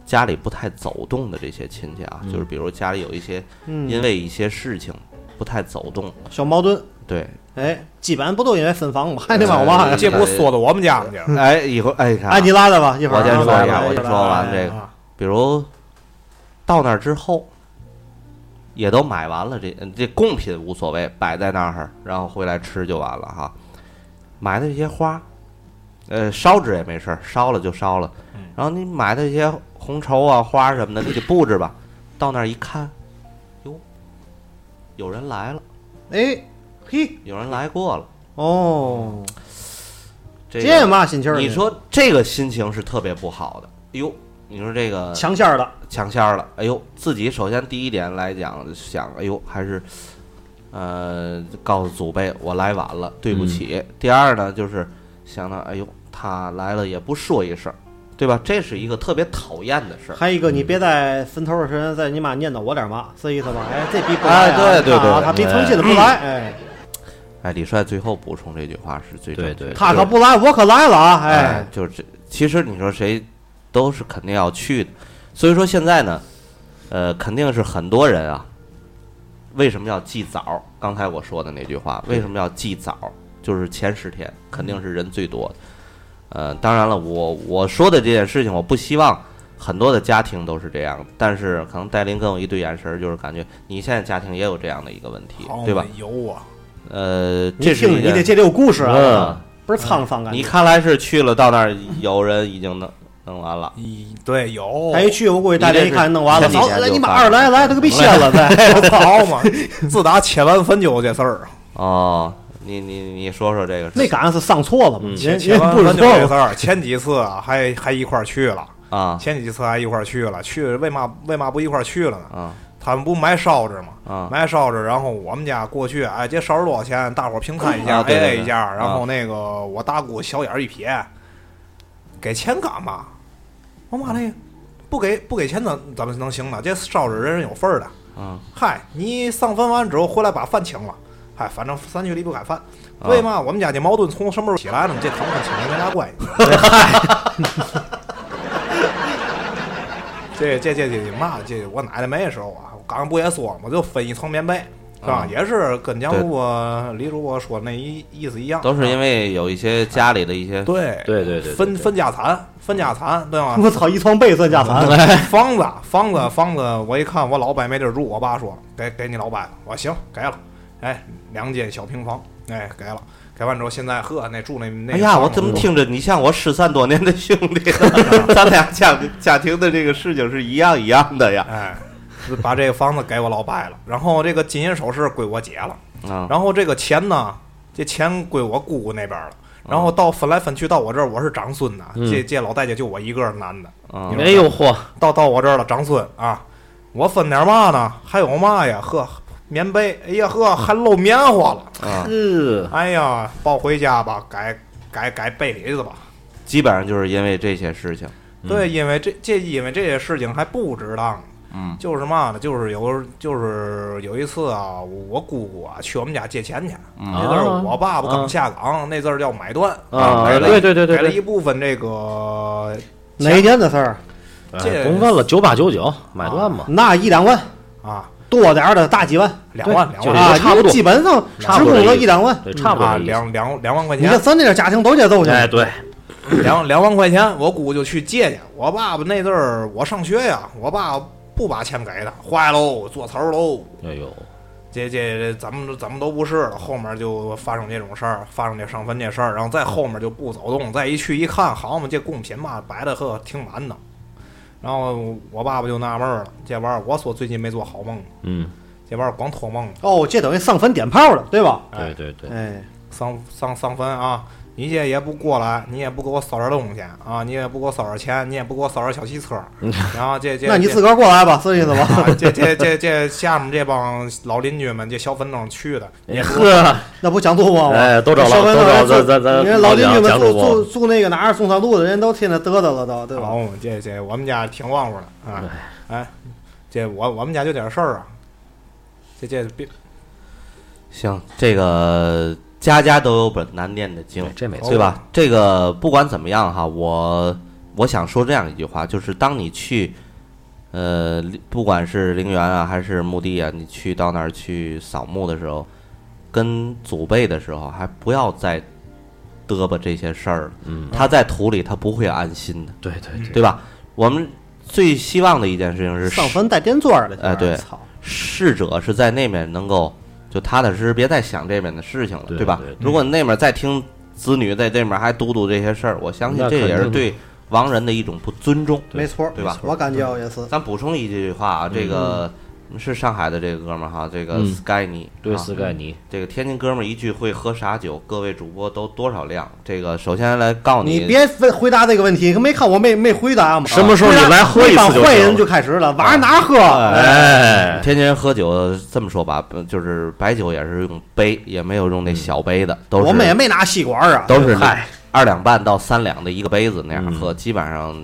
S3: 家里不太走动的这些亲戚啊，就是比如家里有一些因
S8: 嗯
S3: 为一些事情不太走动，
S8: 小矛盾，
S3: 对，
S8: 哎，基本不都因为分房吗？还得往嘛呀？
S10: 呃这不说到我们家去了。
S3: 哎，以后哎，你看啊
S8: 哎，你拉倒吧，一会儿
S3: 我先
S8: 啊
S3: 说
S8: 来
S3: 一下
S8: 来
S3: 我
S8: 来
S3: 先
S8: 来
S3: 说完
S8: 来啊
S3: 这个比如到那儿之后，也都买完了这这贡品无所谓，摆在那儿，然后回来吃就完了哈。买的这些花，呃，烧纸也没事儿，烧了就烧了。
S8: 嗯
S3: 然后你买的这些红绸啊、花什么的，你得布置吧。到那儿一看，哟，有人来了，
S8: 哎，嘿，
S3: 有人来过了。
S8: 哦，
S3: 这
S8: 这
S3: 个，
S8: 嘛心气儿呢？
S3: 你说这个心情是特别不好的。哟，你说这个
S8: 强线儿了，
S3: 抢线儿了。哎呦，自己首先第一点来讲，想哎呦还是，呃，告诉祖辈我来晚了，对不起。
S9: 嗯
S3: 第二呢，就是想到哎呦他来了也不说一声，对吧？这是一个特别讨厌的事儿。
S8: 还有一个，你别在坟头儿上在你妈念叨我点儿嘛，是意思吧？哎，这逼不来
S3: 哎
S8: 啊
S3: 对
S8: 你看啊
S3: 对对嗯
S8: 他逼诚心的不来，哎，
S3: 哎，李帅最后补充这句话是最正确的
S9: 对对
S8: 他可不来，我可来了啊，
S3: 哎
S8: 哎，，
S3: 就是这，其实你说谁都是肯定要去的，所以说现在呢，呃，肯定是很多人啊，为什么要祭早？刚才我说的那句话，为什么要祭早？就是前十天肯定是人最多的。呃，当然了，我我说的这件事情，我不希望很多的家庭都是这样，但是可能戴琳跟我一对眼神儿，就是感觉你现在家庭也有这样的一个问题，对吧？
S10: 有啊，
S3: 呃，
S8: 你
S3: 这是
S8: 听
S3: 一
S8: 你
S3: 件
S8: 得这里有故事啊
S3: 嗯，
S8: 不是沧桑感。
S3: 你看来是去了到那儿，有人已经弄弄完了。
S10: 对，有
S8: 他一哎去，我估计大家一看弄完了，
S3: 你这是
S8: 走，
S3: 前几
S8: 来
S3: 天
S8: 你
S3: 就
S8: 马
S3: 发
S8: 二来来，他个被掀了
S3: <laughs>
S8: 再。
S10: 我操嘛！ <laughs> 自打切完坟就有这事儿，啊
S3: 哦，你你你说说这个
S8: 那
S3: 事
S8: 赶上是上错了嘛？
S3: 嗯
S8: 人
S10: 切
S8: 人
S10: 完
S8: 不
S10: 坟
S8: 知
S10: 就有这
S8: 道
S10: 事儿。前几次啊还还一块儿去了，
S3: 啊
S10: 前几次还一块儿去了，去为嘛为嘛不一块儿去了呢？
S3: 啊
S10: 他们不买烧纸吗？
S3: 啊
S10: 买烧纸，然后我们家过去，哎，这烧纸多少钱？大伙儿平摊一下
S3: 啊对
S10: A
S3: 对
S10: A
S3: 对
S10: 一下。
S3: 啊
S10: 然后那个我大姑小眼儿一瞥，给钱干嘛？我妈那个不给不给钱怎怎么能行呢？这烧纸人人有份儿的。
S3: 啊
S10: 嗨，你上坟完之后回来把饭请了，嗨，反正三句离不改饭。为嘛我们家这矛盾从什么时候起来呢？这他们跟请人没啥关系。这这这这嘛？这我奶奶没的时候啊，我刚刚不也说了吗？就分一层棉被，是吧？
S3: 嗯
S10: 也是跟蒋
S3: 对
S10: 主播、李主播说那一意思一样，啊
S3: 都是因为有一些家里的一些
S10: 对
S9: 对对对，
S10: 分分家产，分家产，
S8: <laughs>
S3: 啊
S10: 对吗？
S8: 我操，一床被算家
S3: <laughs> 嗯
S8: 产。
S10: 房子，房子，房子，我一看我老伯没地儿住，我爸说给给你老伯，我行给了，哎，两间小平房，哎给了，给完之后现在呵那住那那
S3: 哎呀，
S10: 房
S3: 我
S10: 子
S3: 怎么听着你像我失散多年的兄
S10: <laughs>
S3: 弟呢？咱俩家家庭的这个事情是一样一样的呀。
S10: 哎，就把这个房子给我老伯了，然后这个金银首饰归我姐了，
S3: 啊，
S10: <laughs> 然后这个钱呢，这钱归我姑姑那边了。然后到分来分去，到我这儿我是长孙呐，这这老戴家就我一个男的，
S3: 嗯啊
S10: 你说
S9: 哎呦嚯，
S10: 到到我这儿了，长孙啊，我分点嘛呢？还有嘛呀？呵，棉被，哎呀呵，还漏棉花了，
S3: 啊，
S9: 是
S10: 哎呀，抱回家吧，改改改被里子吧。
S3: 基本上就是因为这些事情。
S9: 嗯
S10: 对，因为这这因为这些事情还不值当，
S3: 嗯
S10: 就是嘛呢？就是有就是有一次啊，我姑姑啊去我们家借钱去，
S9: 嗯
S10: 那阵儿我爸爸刚下岗，那阵儿叫买断
S9: 啊
S10: 给了
S9: 对对对对
S10: 给了
S9: 对
S10: 一部分这个
S8: 哪一年的事儿？
S10: 这
S9: 哎甭问了，九八九九买断嘛，
S8: 那一两万，
S10: 啊
S8: 多点儿的大几万
S10: 两万
S9: 对
S10: 两
S9: 就
S10: 万
S9: 是
S8: 啊，
S9: 差不多
S8: 基本上
S9: 差
S8: 职
S9: 不多
S8: 工
S9: 这
S8: 都
S9: 意
S8: 一
S9: 思
S8: 两万。
S9: 对，差不多
S10: 啊
S9: 这意思。
S10: 两两两万块
S8: 你
S10: 钱
S8: 看，咱这点家庭都得揍去。
S9: 哎，对，
S10: 两两万块钱，我姑就去借去。我爸爸那阵儿我上学呀，我爸不把钱给他，坏喽，做头喽，
S9: 哎呦，
S10: 这这怎么怎么都不是了。后面就发生这种事儿，发生这上坟这事儿，然后再后面就不走动，再一去一看，好嘛，这贡品嘛摆的呵挺满的。然后我爸爸就纳闷儿了，这玩意儿我说最近没做好梦，
S9: 嗯，
S10: 这玩意儿光托梦了。
S8: 哦，这等于上坟点炮了，对吧？
S9: 对对对，
S8: 哎，
S10: 上上上坟啊！你这也不过来，你也不给我烧点东西啊，你也不给我烧点钱，你也不给我烧点小汽车，然后这这
S8: 嗯 <laughs> 那你自个
S10: 个
S8: 儿过来吧，是这意思吧？
S10: 啊，这这这这下面这帮老邻居们，这小坟头去的，
S9: 哎呵，
S8: <laughs> 那不讲肚吗？
S9: 哎都找老
S8: 上坟
S9: 都
S8: 那
S9: 找
S8: 儿住
S9: 咱咱咱
S8: 你看老
S9: 老
S8: 邻
S9: 蒋
S8: 居们
S9: 蒋
S8: 住
S9: 主播
S8: 住住那个哪儿中山路的人都天天嘚嘚了都，对
S10: 然
S8: 吧？
S10: 后这这我们家挺旺乎的啊，哎，这我我们家就点事儿啊，这这别
S3: 行，这个家家都有本难念的经
S9: 对，这没错
S3: 对吧？这个不管怎么样哈，我我想说这样一句话，就是当你去，呃，不管是陵园啊还是墓地啊，你去到那儿去扫墓的时候，跟祖辈的时候，还不要再嘚吧这些事儿了。
S9: 嗯，
S3: 他在土里，他不会安心的，
S9: 对对对，
S3: 对吧？我们最希望的一件事情是
S8: 上坟带电钻儿的，
S3: 哎对
S8: 操！
S3: 逝者是在那面能够就踏踏实实，别再想这面的事情了，
S9: 对
S3: 吧
S9: 对对？
S3: 如果那面再听子女在这面还嘟嘟这些事儿，我相信
S9: 那
S3: 这也
S9: 肯
S3: 是
S9: 定
S3: 对亡人的一种不尊重。
S8: 没错儿，
S3: 对吧
S8: 我感觉我也是。
S3: 咱补充一句话啊，这个是上海的这个哥们儿哈，这个
S9: 嗯
S3: Sky 尼
S9: 对
S3: 啊
S9: 斯盖尼，
S3: 这个天津哥们儿一聚会喝啥酒，各位主播都多少量？这个首先来告
S8: 你别问回答这个问题，没看我没没回答吗？啊
S9: 什么时候你来喝
S8: 回
S9: 一次
S8: 答
S9: 就行啊
S8: 坏人就开始了，晚上哪儿喝？
S9: 哎，
S3: 天津人喝酒这么说吧，不就是白酒也是用杯，也没有用那小杯的，都是
S8: 我们也没拿吸管儿啊，
S3: 都是
S8: 嗨，
S3: 二两半到三两的一个杯子那样
S9: 嗯
S3: 喝，基本上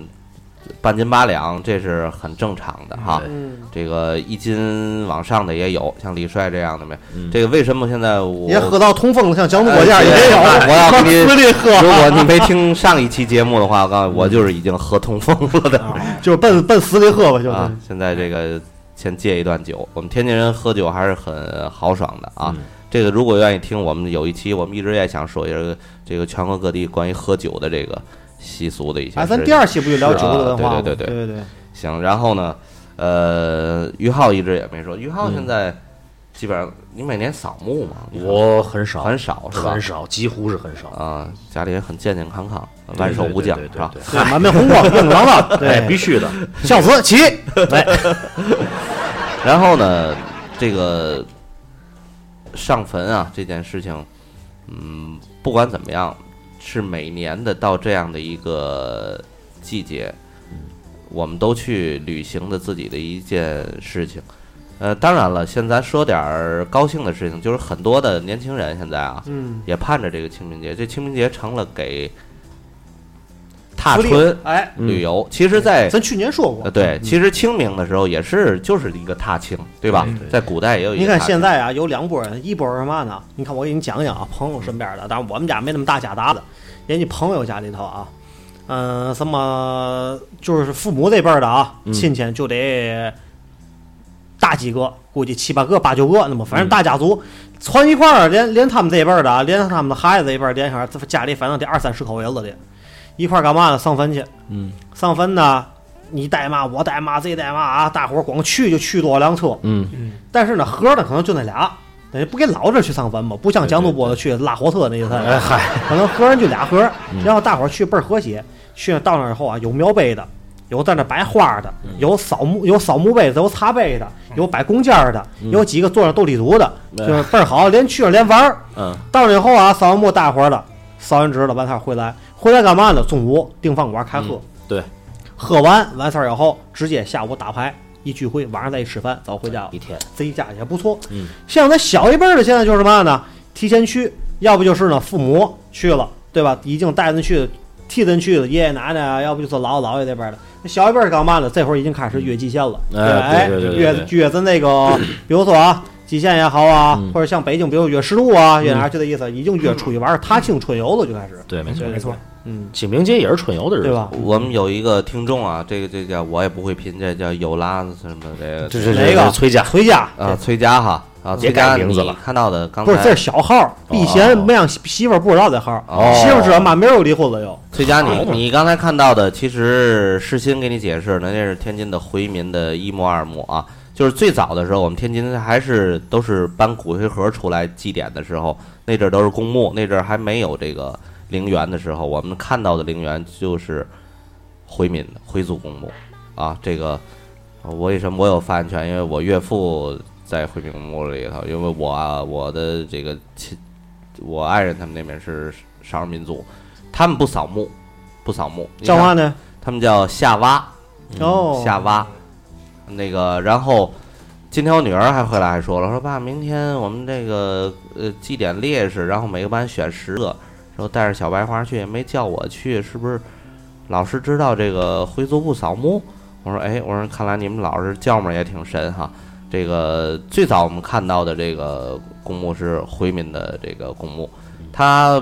S3: 半斤八两，这是很正常的哈。
S9: 对
S8: 嗯，
S3: 这个一斤往上的也有，像李帅这样的没？
S9: 嗯
S3: 这个为什么现在我
S8: 也喝到通风了，像蒋主播这样
S3: 哎
S8: 也没有，啊
S3: 对我
S8: <laughs>
S3: 要
S8: 往
S3: 给你
S8: 死里
S3: 如
S8: 喝，
S3: 果你没听上一期节目的话，
S9: 哦
S3: 我告诉你，我就是已经喝痛风了的
S10: 啊，
S8: 就是奔奔死里喝吧，就是
S3: 啊啊。现在这个先戒一段酒。我们天津人喝酒还是很豪爽的啊。
S9: 嗯
S3: 这个如果愿意听，我们有一期我们一直也想说一下这个全国各地关于喝酒的这个习俗的一些事情。
S9: 啊
S8: 哎，咱第二期不就聊酒
S3: 是
S8: 的
S3: 啊
S8: 文化吗？
S3: 对
S8: 对
S3: 对
S8: 对
S3: 对 <laughs> 行，然后呢，呃，于浩一直也没说，于浩现在基本上你每年扫墓吗？
S9: 我很少，
S3: 很少是吧？
S9: 很少，几乎是很少。
S3: 啊，家里也很健健康康，
S9: 对
S3: 万寿
S9: 对
S3: 无
S9: 对
S3: 疆
S9: 对
S3: 是
S9: 对
S3: 吧
S9: 对？
S8: 对，满面红光，硬朗朗，
S9: 哎，
S8: 对，
S9: 必须的。
S8: 孝子起，
S9: 哎，
S3: 然后呢，这个上坟啊这件事情，嗯，不管怎么样，是每年的到这样的一个季节，我们都去履行的自己的一件事情。呃，当然了，现在说点儿高兴的事情，就是很多的年轻人现在啊，
S8: 嗯，
S3: 也盼着这个清明节。这清明节成了给踏
S8: 福利
S3: 春
S8: 哎，
S3: 旅游，其实，在
S8: 咱去年说过
S3: 呃，，对，其实清明的时候也是就是一个踏青，对吧？在古代也有一个
S8: 你看
S3: 踏青
S8: 现在啊，有两拨人，一拨人是嘛呢？你看我给你讲讲啊，朋友身边的，当然我们家没那么大家大的，人家朋友家里头啊，嗯、什么就是父母这辈儿的啊，
S3: 嗯
S8: 亲戚就得大几个，估计七八个、八九个，那么反
S3: 嗯
S8: 正大家族攒一块儿，连连他们这辈儿的啊，连他们的孩子这一辈儿，连上家里反正得二三十口人了得，一块儿干嘛呢？上坟去，
S9: 嗯，
S8: 上坟呢，你带嘛，我带嘛，这带嘛啊，大伙儿光去就去多辆车，
S9: 嗯，
S8: 但是呢，盒儿呢可能就那俩，人家不给老着去上坟嘛，不像蒋主播的去拉火车那一趟，
S9: 哎嗨，嗯
S8: 可能盒儿就俩盒儿，然后大伙儿去倍儿和谐。去那到那儿以后啊，有描碑的，有在那摆花儿的，
S9: 嗯
S8: 有扫墓有扫墓碑的，有茶杯的，有摆弓箭儿的，
S9: 嗯
S8: 有几个坐那斗地主的，就是倍儿好，连去了连玩儿。
S9: 哎嗯，
S8: 到了以后啊，扫完墓大伙儿了，扫完纸了，完事儿回来，回来干嘛呢？中午订饭馆开喝。
S9: 对，
S8: 喝完完事儿以后，直接下午打牌一聚会，晚上再一吃饭，早回家了
S9: 一。天
S8: 自己家也不错。
S9: 嗯，
S8: 像咱小一辈儿的，现在就是嘛呢？提前去，要不就是呢父母去了，对吧？已经带着去，替咱去了，爷爷奶奶啊，要不就是姥姥姥爷这边的。那小一辈儿干嘛呢？这会儿已经开始越极限了，
S9: 哎
S8: 吧哎，
S9: 对对对对
S8: 越越咱那个，比如说啊。极限也好啊，
S9: 嗯
S8: 或者像北京，比如越十渡啊，越哪儿去的意思，已经越出去玩儿踏青春游了，就开始。
S9: 对，没错
S8: 对。
S10: 没错，
S8: 嗯，
S9: 清明节也是春游的日子，
S8: 对吧？
S3: 我们有一个听众啊，这个这叫我也不会拼，这叫有拉什么这个
S9: 这是
S8: 哪
S9: 这
S8: 个
S9: 是崔家，
S8: 回家
S3: 啊，崔佳哈啊，
S9: 别
S3: 崔
S9: 改
S3: 佳
S9: 名字
S3: 你
S9: 了
S3: 看到的刚
S8: 不是这
S3: 才
S8: 是小号儿，避嫌没让媳媳妇儿不知道这号儿，
S3: 哦
S8: 媳妇儿知道妈明儿又离婚了又。
S3: 崔佳你你刚才看到的，其实世新给你解释呢，那是天津的回民的一墓二墓啊。就是最早的时候，我们天津还是都是搬骨灰盒出来祭奠的时候，那阵儿都是公墓，那阵儿还没有这个陵园的时候，我们看到的陵园就是回民的回族公墓啊。这个呃我为什么我有发言权？因为我岳父在回民公墓里头，因为我啊我的这个亲，我爱人他们那边是少数民族，他们不扫墓，不扫墓，你
S8: 叫
S3: 看
S8: 嘛呢？
S3: 他们叫夏娃。
S8: 哦，
S3: 下挖，那个，然后今天我女儿还回来还说了，说爸，明天我们这个呃祭奠烈士，然后每个班选十个，然后带着小白花去，也没叫我去，是不是？老师知道这个回族不扫墓？我说，哎，我说看来你们老师教嘛也挺神哈。这个最早我们看到的这个公墓是回民的这个公墓，他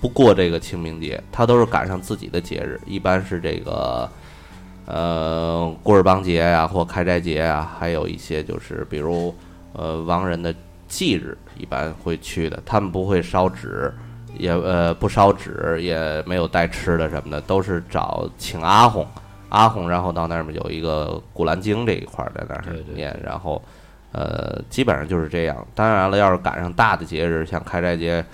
S3: 不过这个清明节，他都是赶上自己的节日，一般是这个呃古尔邦节呀、或开斋节呀、还有一些就是比如呃亡人的忌日，一般会去的。他们不会烧纸，也呃不烧纸，也没有带吃的什么的，都是找请阿訇，阿訇，然后到那儿有一个《古兰经》这一块儿在那儿
S9: 对对
S3: 念，然后呃基本上就是这样。当然了，要是赶上大的节日，像开斋节、嗯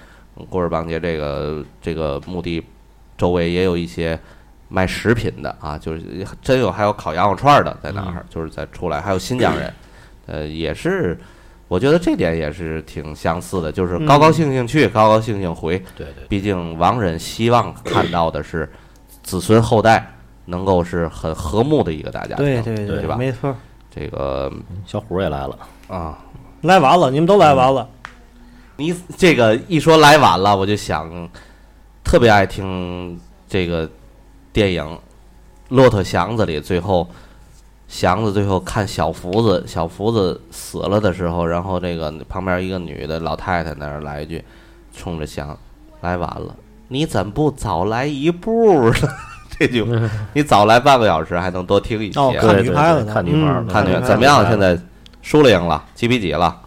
S3: 古尔邦节这个这个墓地周围也有一些卖食品的啊，就是真有还有烤羊肉串儿的在那
S8: 嗯
S3: 儿，就是在出来，还有新
S8: <clears throat>
S3: 疆人，呃，也是，我觉得这点也是挺相似的，就是高高兴兴
S8: 嗯
S3: 去，高高兴兴回。
S9: 对对，
S3: 毕竟亡人希望看到的是子孙后代能够是很和睦的一个大家庭，
S8: 对对
S9: 对
S3: 吧
S8: 没错儿，
S3: 这个
S9: 小虎也来了，
S3: 啊，
S8: 来晚了，你们都来晚了。
S3: 你这个一说来晚了，我就想特别爱听这个电影《骆驼祥子》里，最后祥子最后看小福子，小福子死了的时候，然后这个旁边一个女的老太太那儿来一句，冲着祥来晚了，你怎不早来一步呢？ <laughs> 这句，你早来半个小时还能多听一些。
S8: 哦看女排了呢
S3: 嗯看
S8: 看女排了嗯
S3: 看
S8: 看
S3: 女
S8: 女排了
S3: 怎么样？现在输了赢了，几比几了？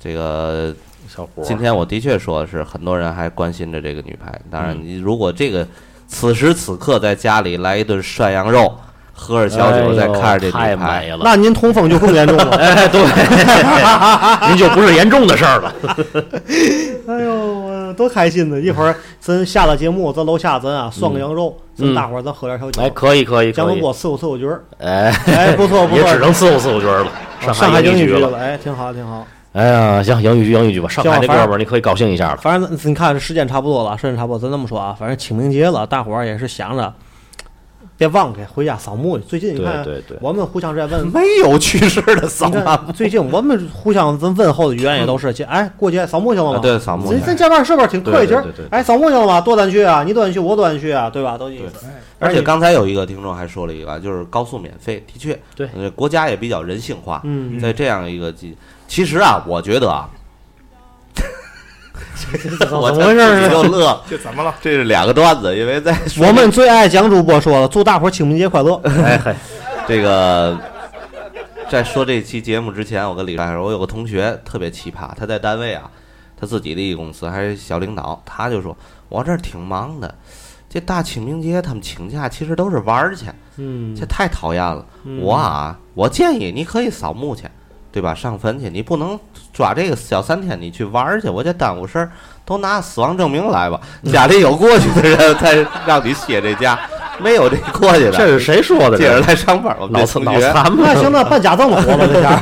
S3: 这个
S9: 小胡
S3: 今天我的确说的是很多人还关心着这个女排。当
S8: 嗯
S3: 然，你如果这个此时此刻在家里来一顿涮羊肉，喝着小酒，再看着这
S9: 哎
S3: 女
S9: 呦太
S3: 排
S9: 美，了
S8: <laughs> 那您通风就更严
S9: <laughs>
S8: 重了。
S9: 哎，对，您就不是严重的事儿了。
S8: 哎呦，我多开心呢！一会儿咱下了节目，咱楼下咱啊涮个羊肉，咱
S9: 嗯
S8: 大伙儿咱喝点小酒
S9: 哎，。可以，可以，
S8: 江
S9: 可
S8: 龙
S9: 以
S8: 给。我伺候伺候局儿，
S9: 哎，
S8: 哎不错不错
S9: 也只能伺候伺候局儿了。
S8: 上
S9: 哦海
S8: 海英
S9: 语
S8: 语
S9: 局
S8: 局
S9: 了。
S8: 哎，挺好挺好。
S9: 哎呀，行，英语局，英语局吧。上海这
S8: 行
S9: 哥
S8: 反正
S9: 们儿，你可以高兴一下了。
S8: 反正你看时间差不多了，时间差不多，咱这么说啊，反正清明节了，大伙儿也是想着。别忘给回家扫墓去。最近你看，
S9: 对对对
S8: 我们互相在问，
S10: 没有去世的扫
S8: 你
S10: 码
S8: 看最近我们互相咱问候的语言也都是，哎，过节扫墓去了哎
S3: 啊
S8: 吗？
S3: 对，扫墓
S8: 咱。咱见面是不是挺客气？
S9: 对对对对
S8: 哎，扫墓去了吗？多咱去啊，你多咱去，我多咱去啊，对吧？都意思。
S3: 而且刚才有一个听众还说了一个，就是高速免费，的确，
S9: 对
S3: 呃，国家也比较人性化，
S8: 嗯
S3: 在这样一个机，其实啊，我觉
S8: <laughs>
S3: 得啊， <laughs> 我
S8: 怎么回事儿
S3: 自己就乐，
S10: 这怎么了？
S3: 这是两个段子，因为在
S8: 我们最爱蒋主播说了，祝大伙儿清明节快乐。
S9: <laughs> 哎嘿，
S3: 这个在说这期节目之前，我跟李帅，我有个同学特别奇葩，他在单位啊，他自己的一个公司还是小领导，他就说我这儿挺忙的，这大清明节他们请假其实都是玩儿去，
S8: 嗯
S3: 这太讨厌了。
S9: 嗯
S3: 我啊，我建议你可以扫墓去，对吧？上坟去，你不能抓这个小三天你去玩儿去，我这耽误事儿。都拿死亡证明
S9: <laughs>
S3: 来吧，家里有过去的人才让你歇这假，没有这过去的。
S9: 这是谁说的？
S3: 接着来上班，我们
S9: 老
S3: 这
S9: 残
S3: 同
S9: 老
S3: 学。
S9: 残
S8: 那
S9: 吧？
S8: 行，那办假证了，活吧这下。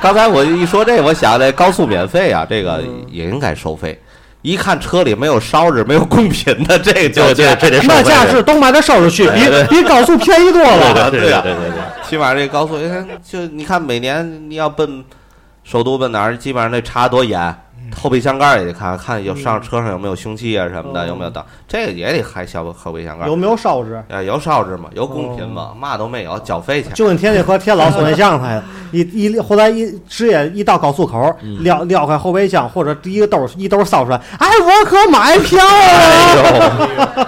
S3: 刚才我一说这，我想这高速免费啊，这个也应该收费。一看车里没有烧纸、没有贡品的，这个就
S9: 对对，这得收
S8: 那
S9: 费
S8: 架
S9: 的
S8: 势都买点烧着去，比
S9: 对
S8: 比高速便宜多了。
S9: <laughs> 对对对
S3: 对啊
S9: 对对对。
S3: 起码这高速，你看就你看每年你要奔首都奔哪儿，基本上那查多严，后备箱盖儿也得看看有上车上有没有凶器啊什么的，有没有等，这个也得看小后备箱盖儿
S8: 有。没有烧纸？
S3: 啊，有烧纸吗？有贡品吗？嘛都没有，缴费去。
S8: 就跟天津和天老送那酱似的，一一后来一直接一到高速口，撩撩开后备箱或者第一个兜儿一兜儿烧出来，哎，我可买票
S9: 哎
S8: 了。
S3: 行，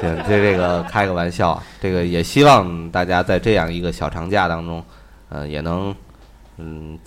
S3: 这这个开个玩笑啊，这个也希望大家在这样一个小长假当中，呃，也能，嗯，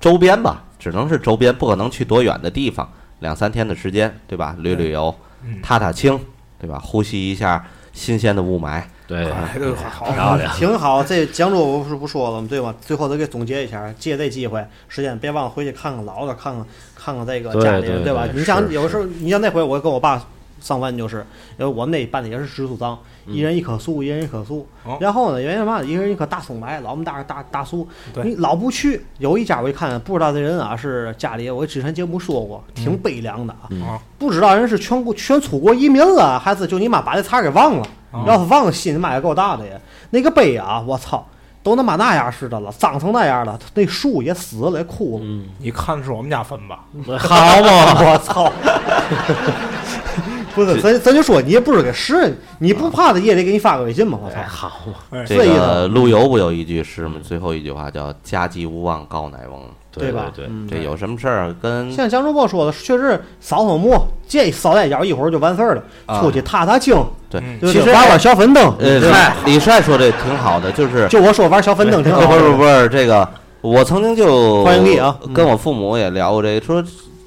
S3: 周边吧，只能是周边，不可能去多远的地方，两三天的时间，对嗯吧？旅旅游，踏踏青，对吧？呼吸一下新鲜的雾霾。
S9: 对，
S10: 哎，这好好
S9: 漂亮。
S8: 挺好，这蒋主不是不说了吗？对吧？最后再给总结一下，借这机会，时间别忘了回去看看老的，看看看看这个
S9: 对
S8: 家里人，
S9: 对
S8: 吧？
S9: 对
S8: 你像
S9: 是
S8: 有时候，你像那回我跟我爸上坟就是，因为我们那办的也是植树葬，
S9: 嗯
S8: 一人一棵树，一人一棵树。
S10: 哦
S8: 然后呢，原先嘛，一人一棵大松柏，老么大大大树，
S10: 对
S8: 你老不去。有一家我一看，不知道这人啊是家里，我之前节目说过，挺
S9: 嗯
S8: 悲凉的啊。
S10: 啊！
S8: 不知道人是全国全楚国移民了，还是就你妈把这茬儿给忘了？
S3: 啊
S8: 要是忘了，心他妈也够大的也。那个碑啊，我操，都他妈那样似的了，脏成那样了，那树也死了，也枯了。
S3: 嗯
S10: 你看是我们家坟吧？
S8: 好嘛，我
S3: <laughs>
S8: 操！不是，咱咱就说你也不是个诗人，你不怕他夜里给你发个微信吗？我
S3: 啊
S8: 操！
S9: 好嘛，
S3: 这
S8: 所以
S3: 个
S8: 呢
S3: 陆游不有一句诗吗？最后一句话叫“家祭勿忘告乃翁
S8: 对吧
S9: 对，”。
S3: 这有什么事儿跟
S8: 像江中波说的，确实扫扫墓，这扫在脚一会儿就完事儿了，
S3: 啊
S8: 出去踏踏青，
S3: 对？
S10: 嗯
S8: 对
S3: 其
S8: 不
S3: 实
S8: 对？玩玩小粉灯，
S3: 呃
S8: 对吧，
S3: 嗯李帅说这挺好的，就是
S8: 就我说玩小 <laughs> 粉灯挺好
S3: <laughs> 不
S8: 的。
S3: 是不是不是这个，我曾经就
S8: 欢迎你啊嗯
S3: 跟我父母也聊过这个，说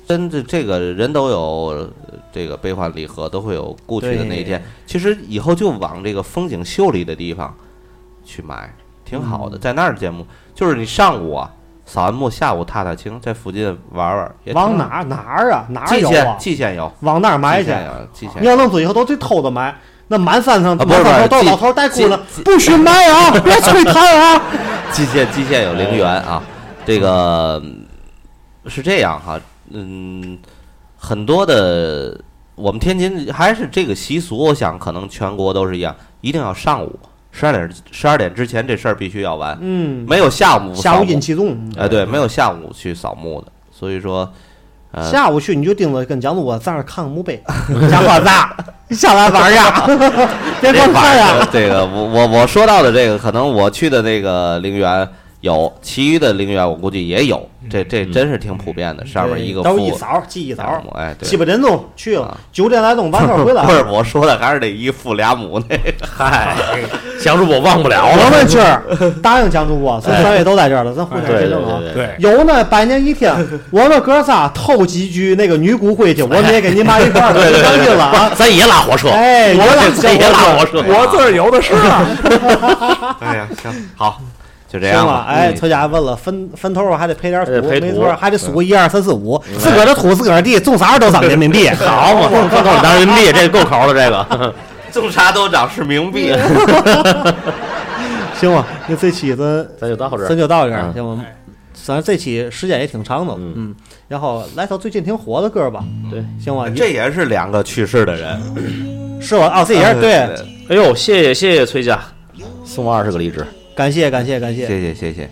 S3: 真的，这个人都有呃这个悲欢离合，都会有故去的那一天。其实以后就往这个风景秀丽的地方去买，挺好
S8: 嗯
S3: 的，在那儿见墓，就是你上午啊扫完墓，下午踏踏青，在附近玩玩，也挺
S8: 往
S3: 好
S8: 哪儿哪儿啊？哪儿
S3: 蓟
S8: 有
S3: 县
S8: 啊？
S3: 蓟县有
S8: 往那儿埋
S3: 蓟
S8: 去。
S3: 县有蓟县
S8: 你
S3: 有
S8: 要弄走以后都得偷着埋，那满山上
S3: 啊
S8: 满
S3: 不是
S8: 山上
S3: 不
S8: 都
S3: 是
S8: 是老头儿带
S3: 进
S8: 姑娘，
S3: 进
S8: 不许埋
S3: <laughs>
S8: 啊，别吹炭啊！
S3: 蓟县蓟县有陵园啊，这个嗯是这样哈，嗯，很多的我们天津还是这个习俗，我想可能全国都是一样，一定要上午十二点十二点之前这事儿必须要完，
S8: 嗯，
S3: 没有下午
S8: 下午
S3: 扫墓
S8: 阴气重，
S3: 哎对，没有下午去扫墓的，所以说呃
S8: 下午去你就盯着跟蒋主播在那儿看墓
S3: <laughs>
S8: 碑，讲话大， <laughs> 下来玩儿呀，别啊
S3: 这
S8: 光
S3: 啊玩
S8: 看
S3: 意
S8: 呀
S3: 儿，这个我我我说到的这个，可能我去的那个陵园有，其余的陵园我估计也有，这这真是挺普遍的。上面一个
S8: 都
S3: 副，
S8: 一早记一早
S3: 两亩，哎对啊
S8: 七八点钟去了，九点来钟完事儿回来。
S3: <laughs> 不是我说的，还是得一副俩母那个。嗨，
S9: 想主播忘不了
S8: 我
S9: 了。
S8: 们今儿答应蒋主播，咱三位都在这儿了，咱互相见证啊。
S9: 对对，
S8: 有呢，百年一天，我们哥仨偷几句那个女骨灰去，我们也给您妈一块儿给上去了啊。
S9: 咱也拉火车，
S8: 哎，
S9: 我
S8: 也
S9: <laughs> 咱也拉火车，
S10: 我这儿有的是，
S3: 哎呀，行好，就这样
S8: 行
S3: 吧
S8: 了，。哎，
S3: 嗯
S8: 崔家问了，分分头还得配点
S9: 哎
S8: 土，
S9: 配土
S8: 没错，还得数一二三四五，自个儿的土自个儿地，种啥都涨人民币，
S9: 好嘛，够够当人民币，这够口了，这个
S3: 种啥哎都长是冥币。
S8: <laughs> 行吧？那这期咱
S9: 咱就到这儿
S8: 咱就到这儿，
S9: 嗯
S8: 行吧？咱这期时间也挺长的，嗯，然后来首最近挺火的歌吧，
S9: 对。
S8: 行吧？
S3: 哎这也是两个去世的人，
S8: 是我哦，这也是
S3: 嗯
S8: 对，
S9: 哎呦，谢谢谢谢崔家，送我二十个荔枝，
S8: 感谢感谢感谢，
S3: 谢谢谢谢。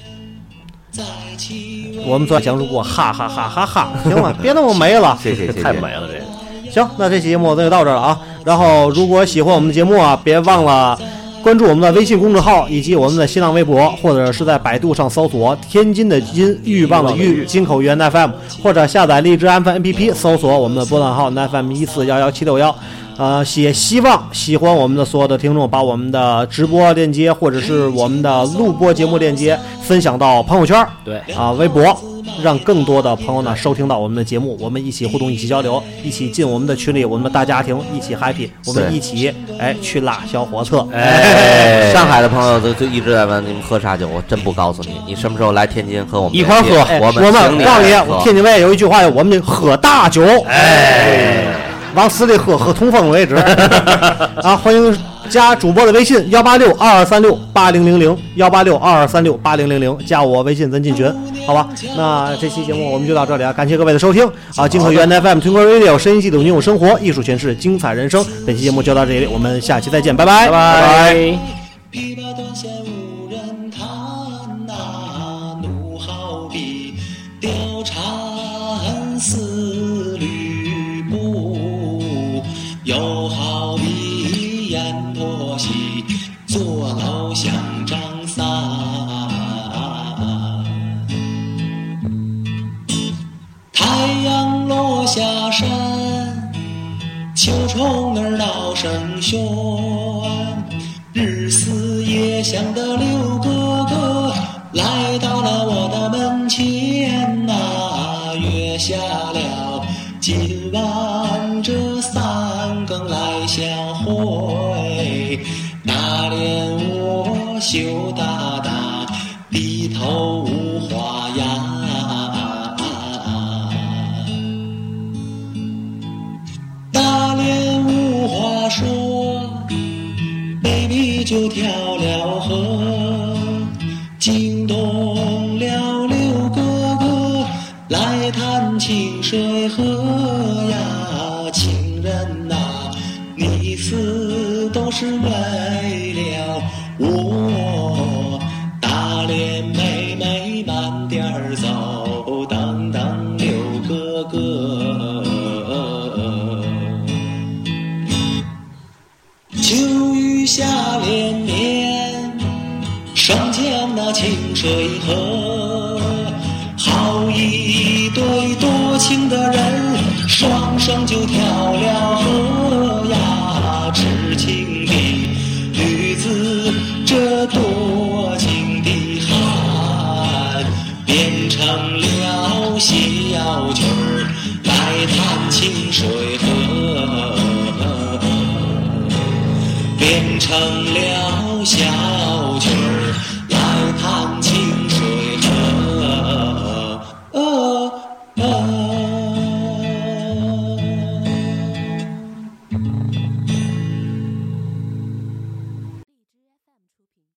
S8: 我们算讲主播，哈哈哈哈哈！行了，别那么没了。
S3: 谢谢谢 <laughs> 谢，
S9: 太美了这个。
S8: 行，那这期节目咱就到这儿了啊。然后，如果喜欢我们的节目啊，别忘了关注我们的微信公众号以及我们的新浪微博，或者是在百度上搜索“天津的津，欲望的欲，金口源 FM”，或者下载荔枝 FM APP 搜索我们的波段号 FM 一四幺幺七六幺。呃，也希望喜欢我们的所有的听众把我们的直播链接或者是我们的录播节目链接分享到朋友圈，
S9: 对
S8: 啊，微博，让更多的朋友呢收听到我们的节目，我们一起互动，一起交流，一起进我们的群里，我们的大家庭，一起 happy，我们
S3: 对
S8: 一起哎去拉小火车，
S9: 哎
S3: 上海的朋友就就一直在问你们喝啥酒，我真不告诉你，你什么时候来天津和我们
S9: 一块儿喝
S3: 联系
S8: 哎，
S3: 我
S8: 我
S3: 请你
S8: 们告诉你
S3: 来，喝
S8: 天津卫有一句话，我们就喝大酒，哎，往死里喝，喝通风 <laughs> 为止。啊，欢迎加主播的微信幺八六二二三六八零零零幺八六二二三六八零零零，加我微信咱进群，好吧？那这期节目我们就到这里啊，感谢各位的收听啊！金科源 FM 听歌 radio 声音记录你我生活，艺术诠释精彩人生。本期节目就到这里，我们下期再见，拜拜
S9: 拜。
S7: 琵琶断弦无人弹呐、怒号比貂蝉丝吕布，又好比雁破西，坐牢响张三。太阳落下山，秋虫儿闹声喧。日思夜想的六哥哥来到了我的门前呐、约下了今晚这三更来相会。打脸我羞答答，低头无话言。大脸无话说。baby 就跳了河，惊动了六哥哥来探清水河呀，情人呐、你死都是为了我。大脸妹妹慢点儿走，等等六哥哥。秋雨下连绵，霜降那清水河。好一对多情的人，双双就跳了河呀！痴情的女子，这多情的汉，变成了小曲儿来探清水河。变成了小曲儿来弹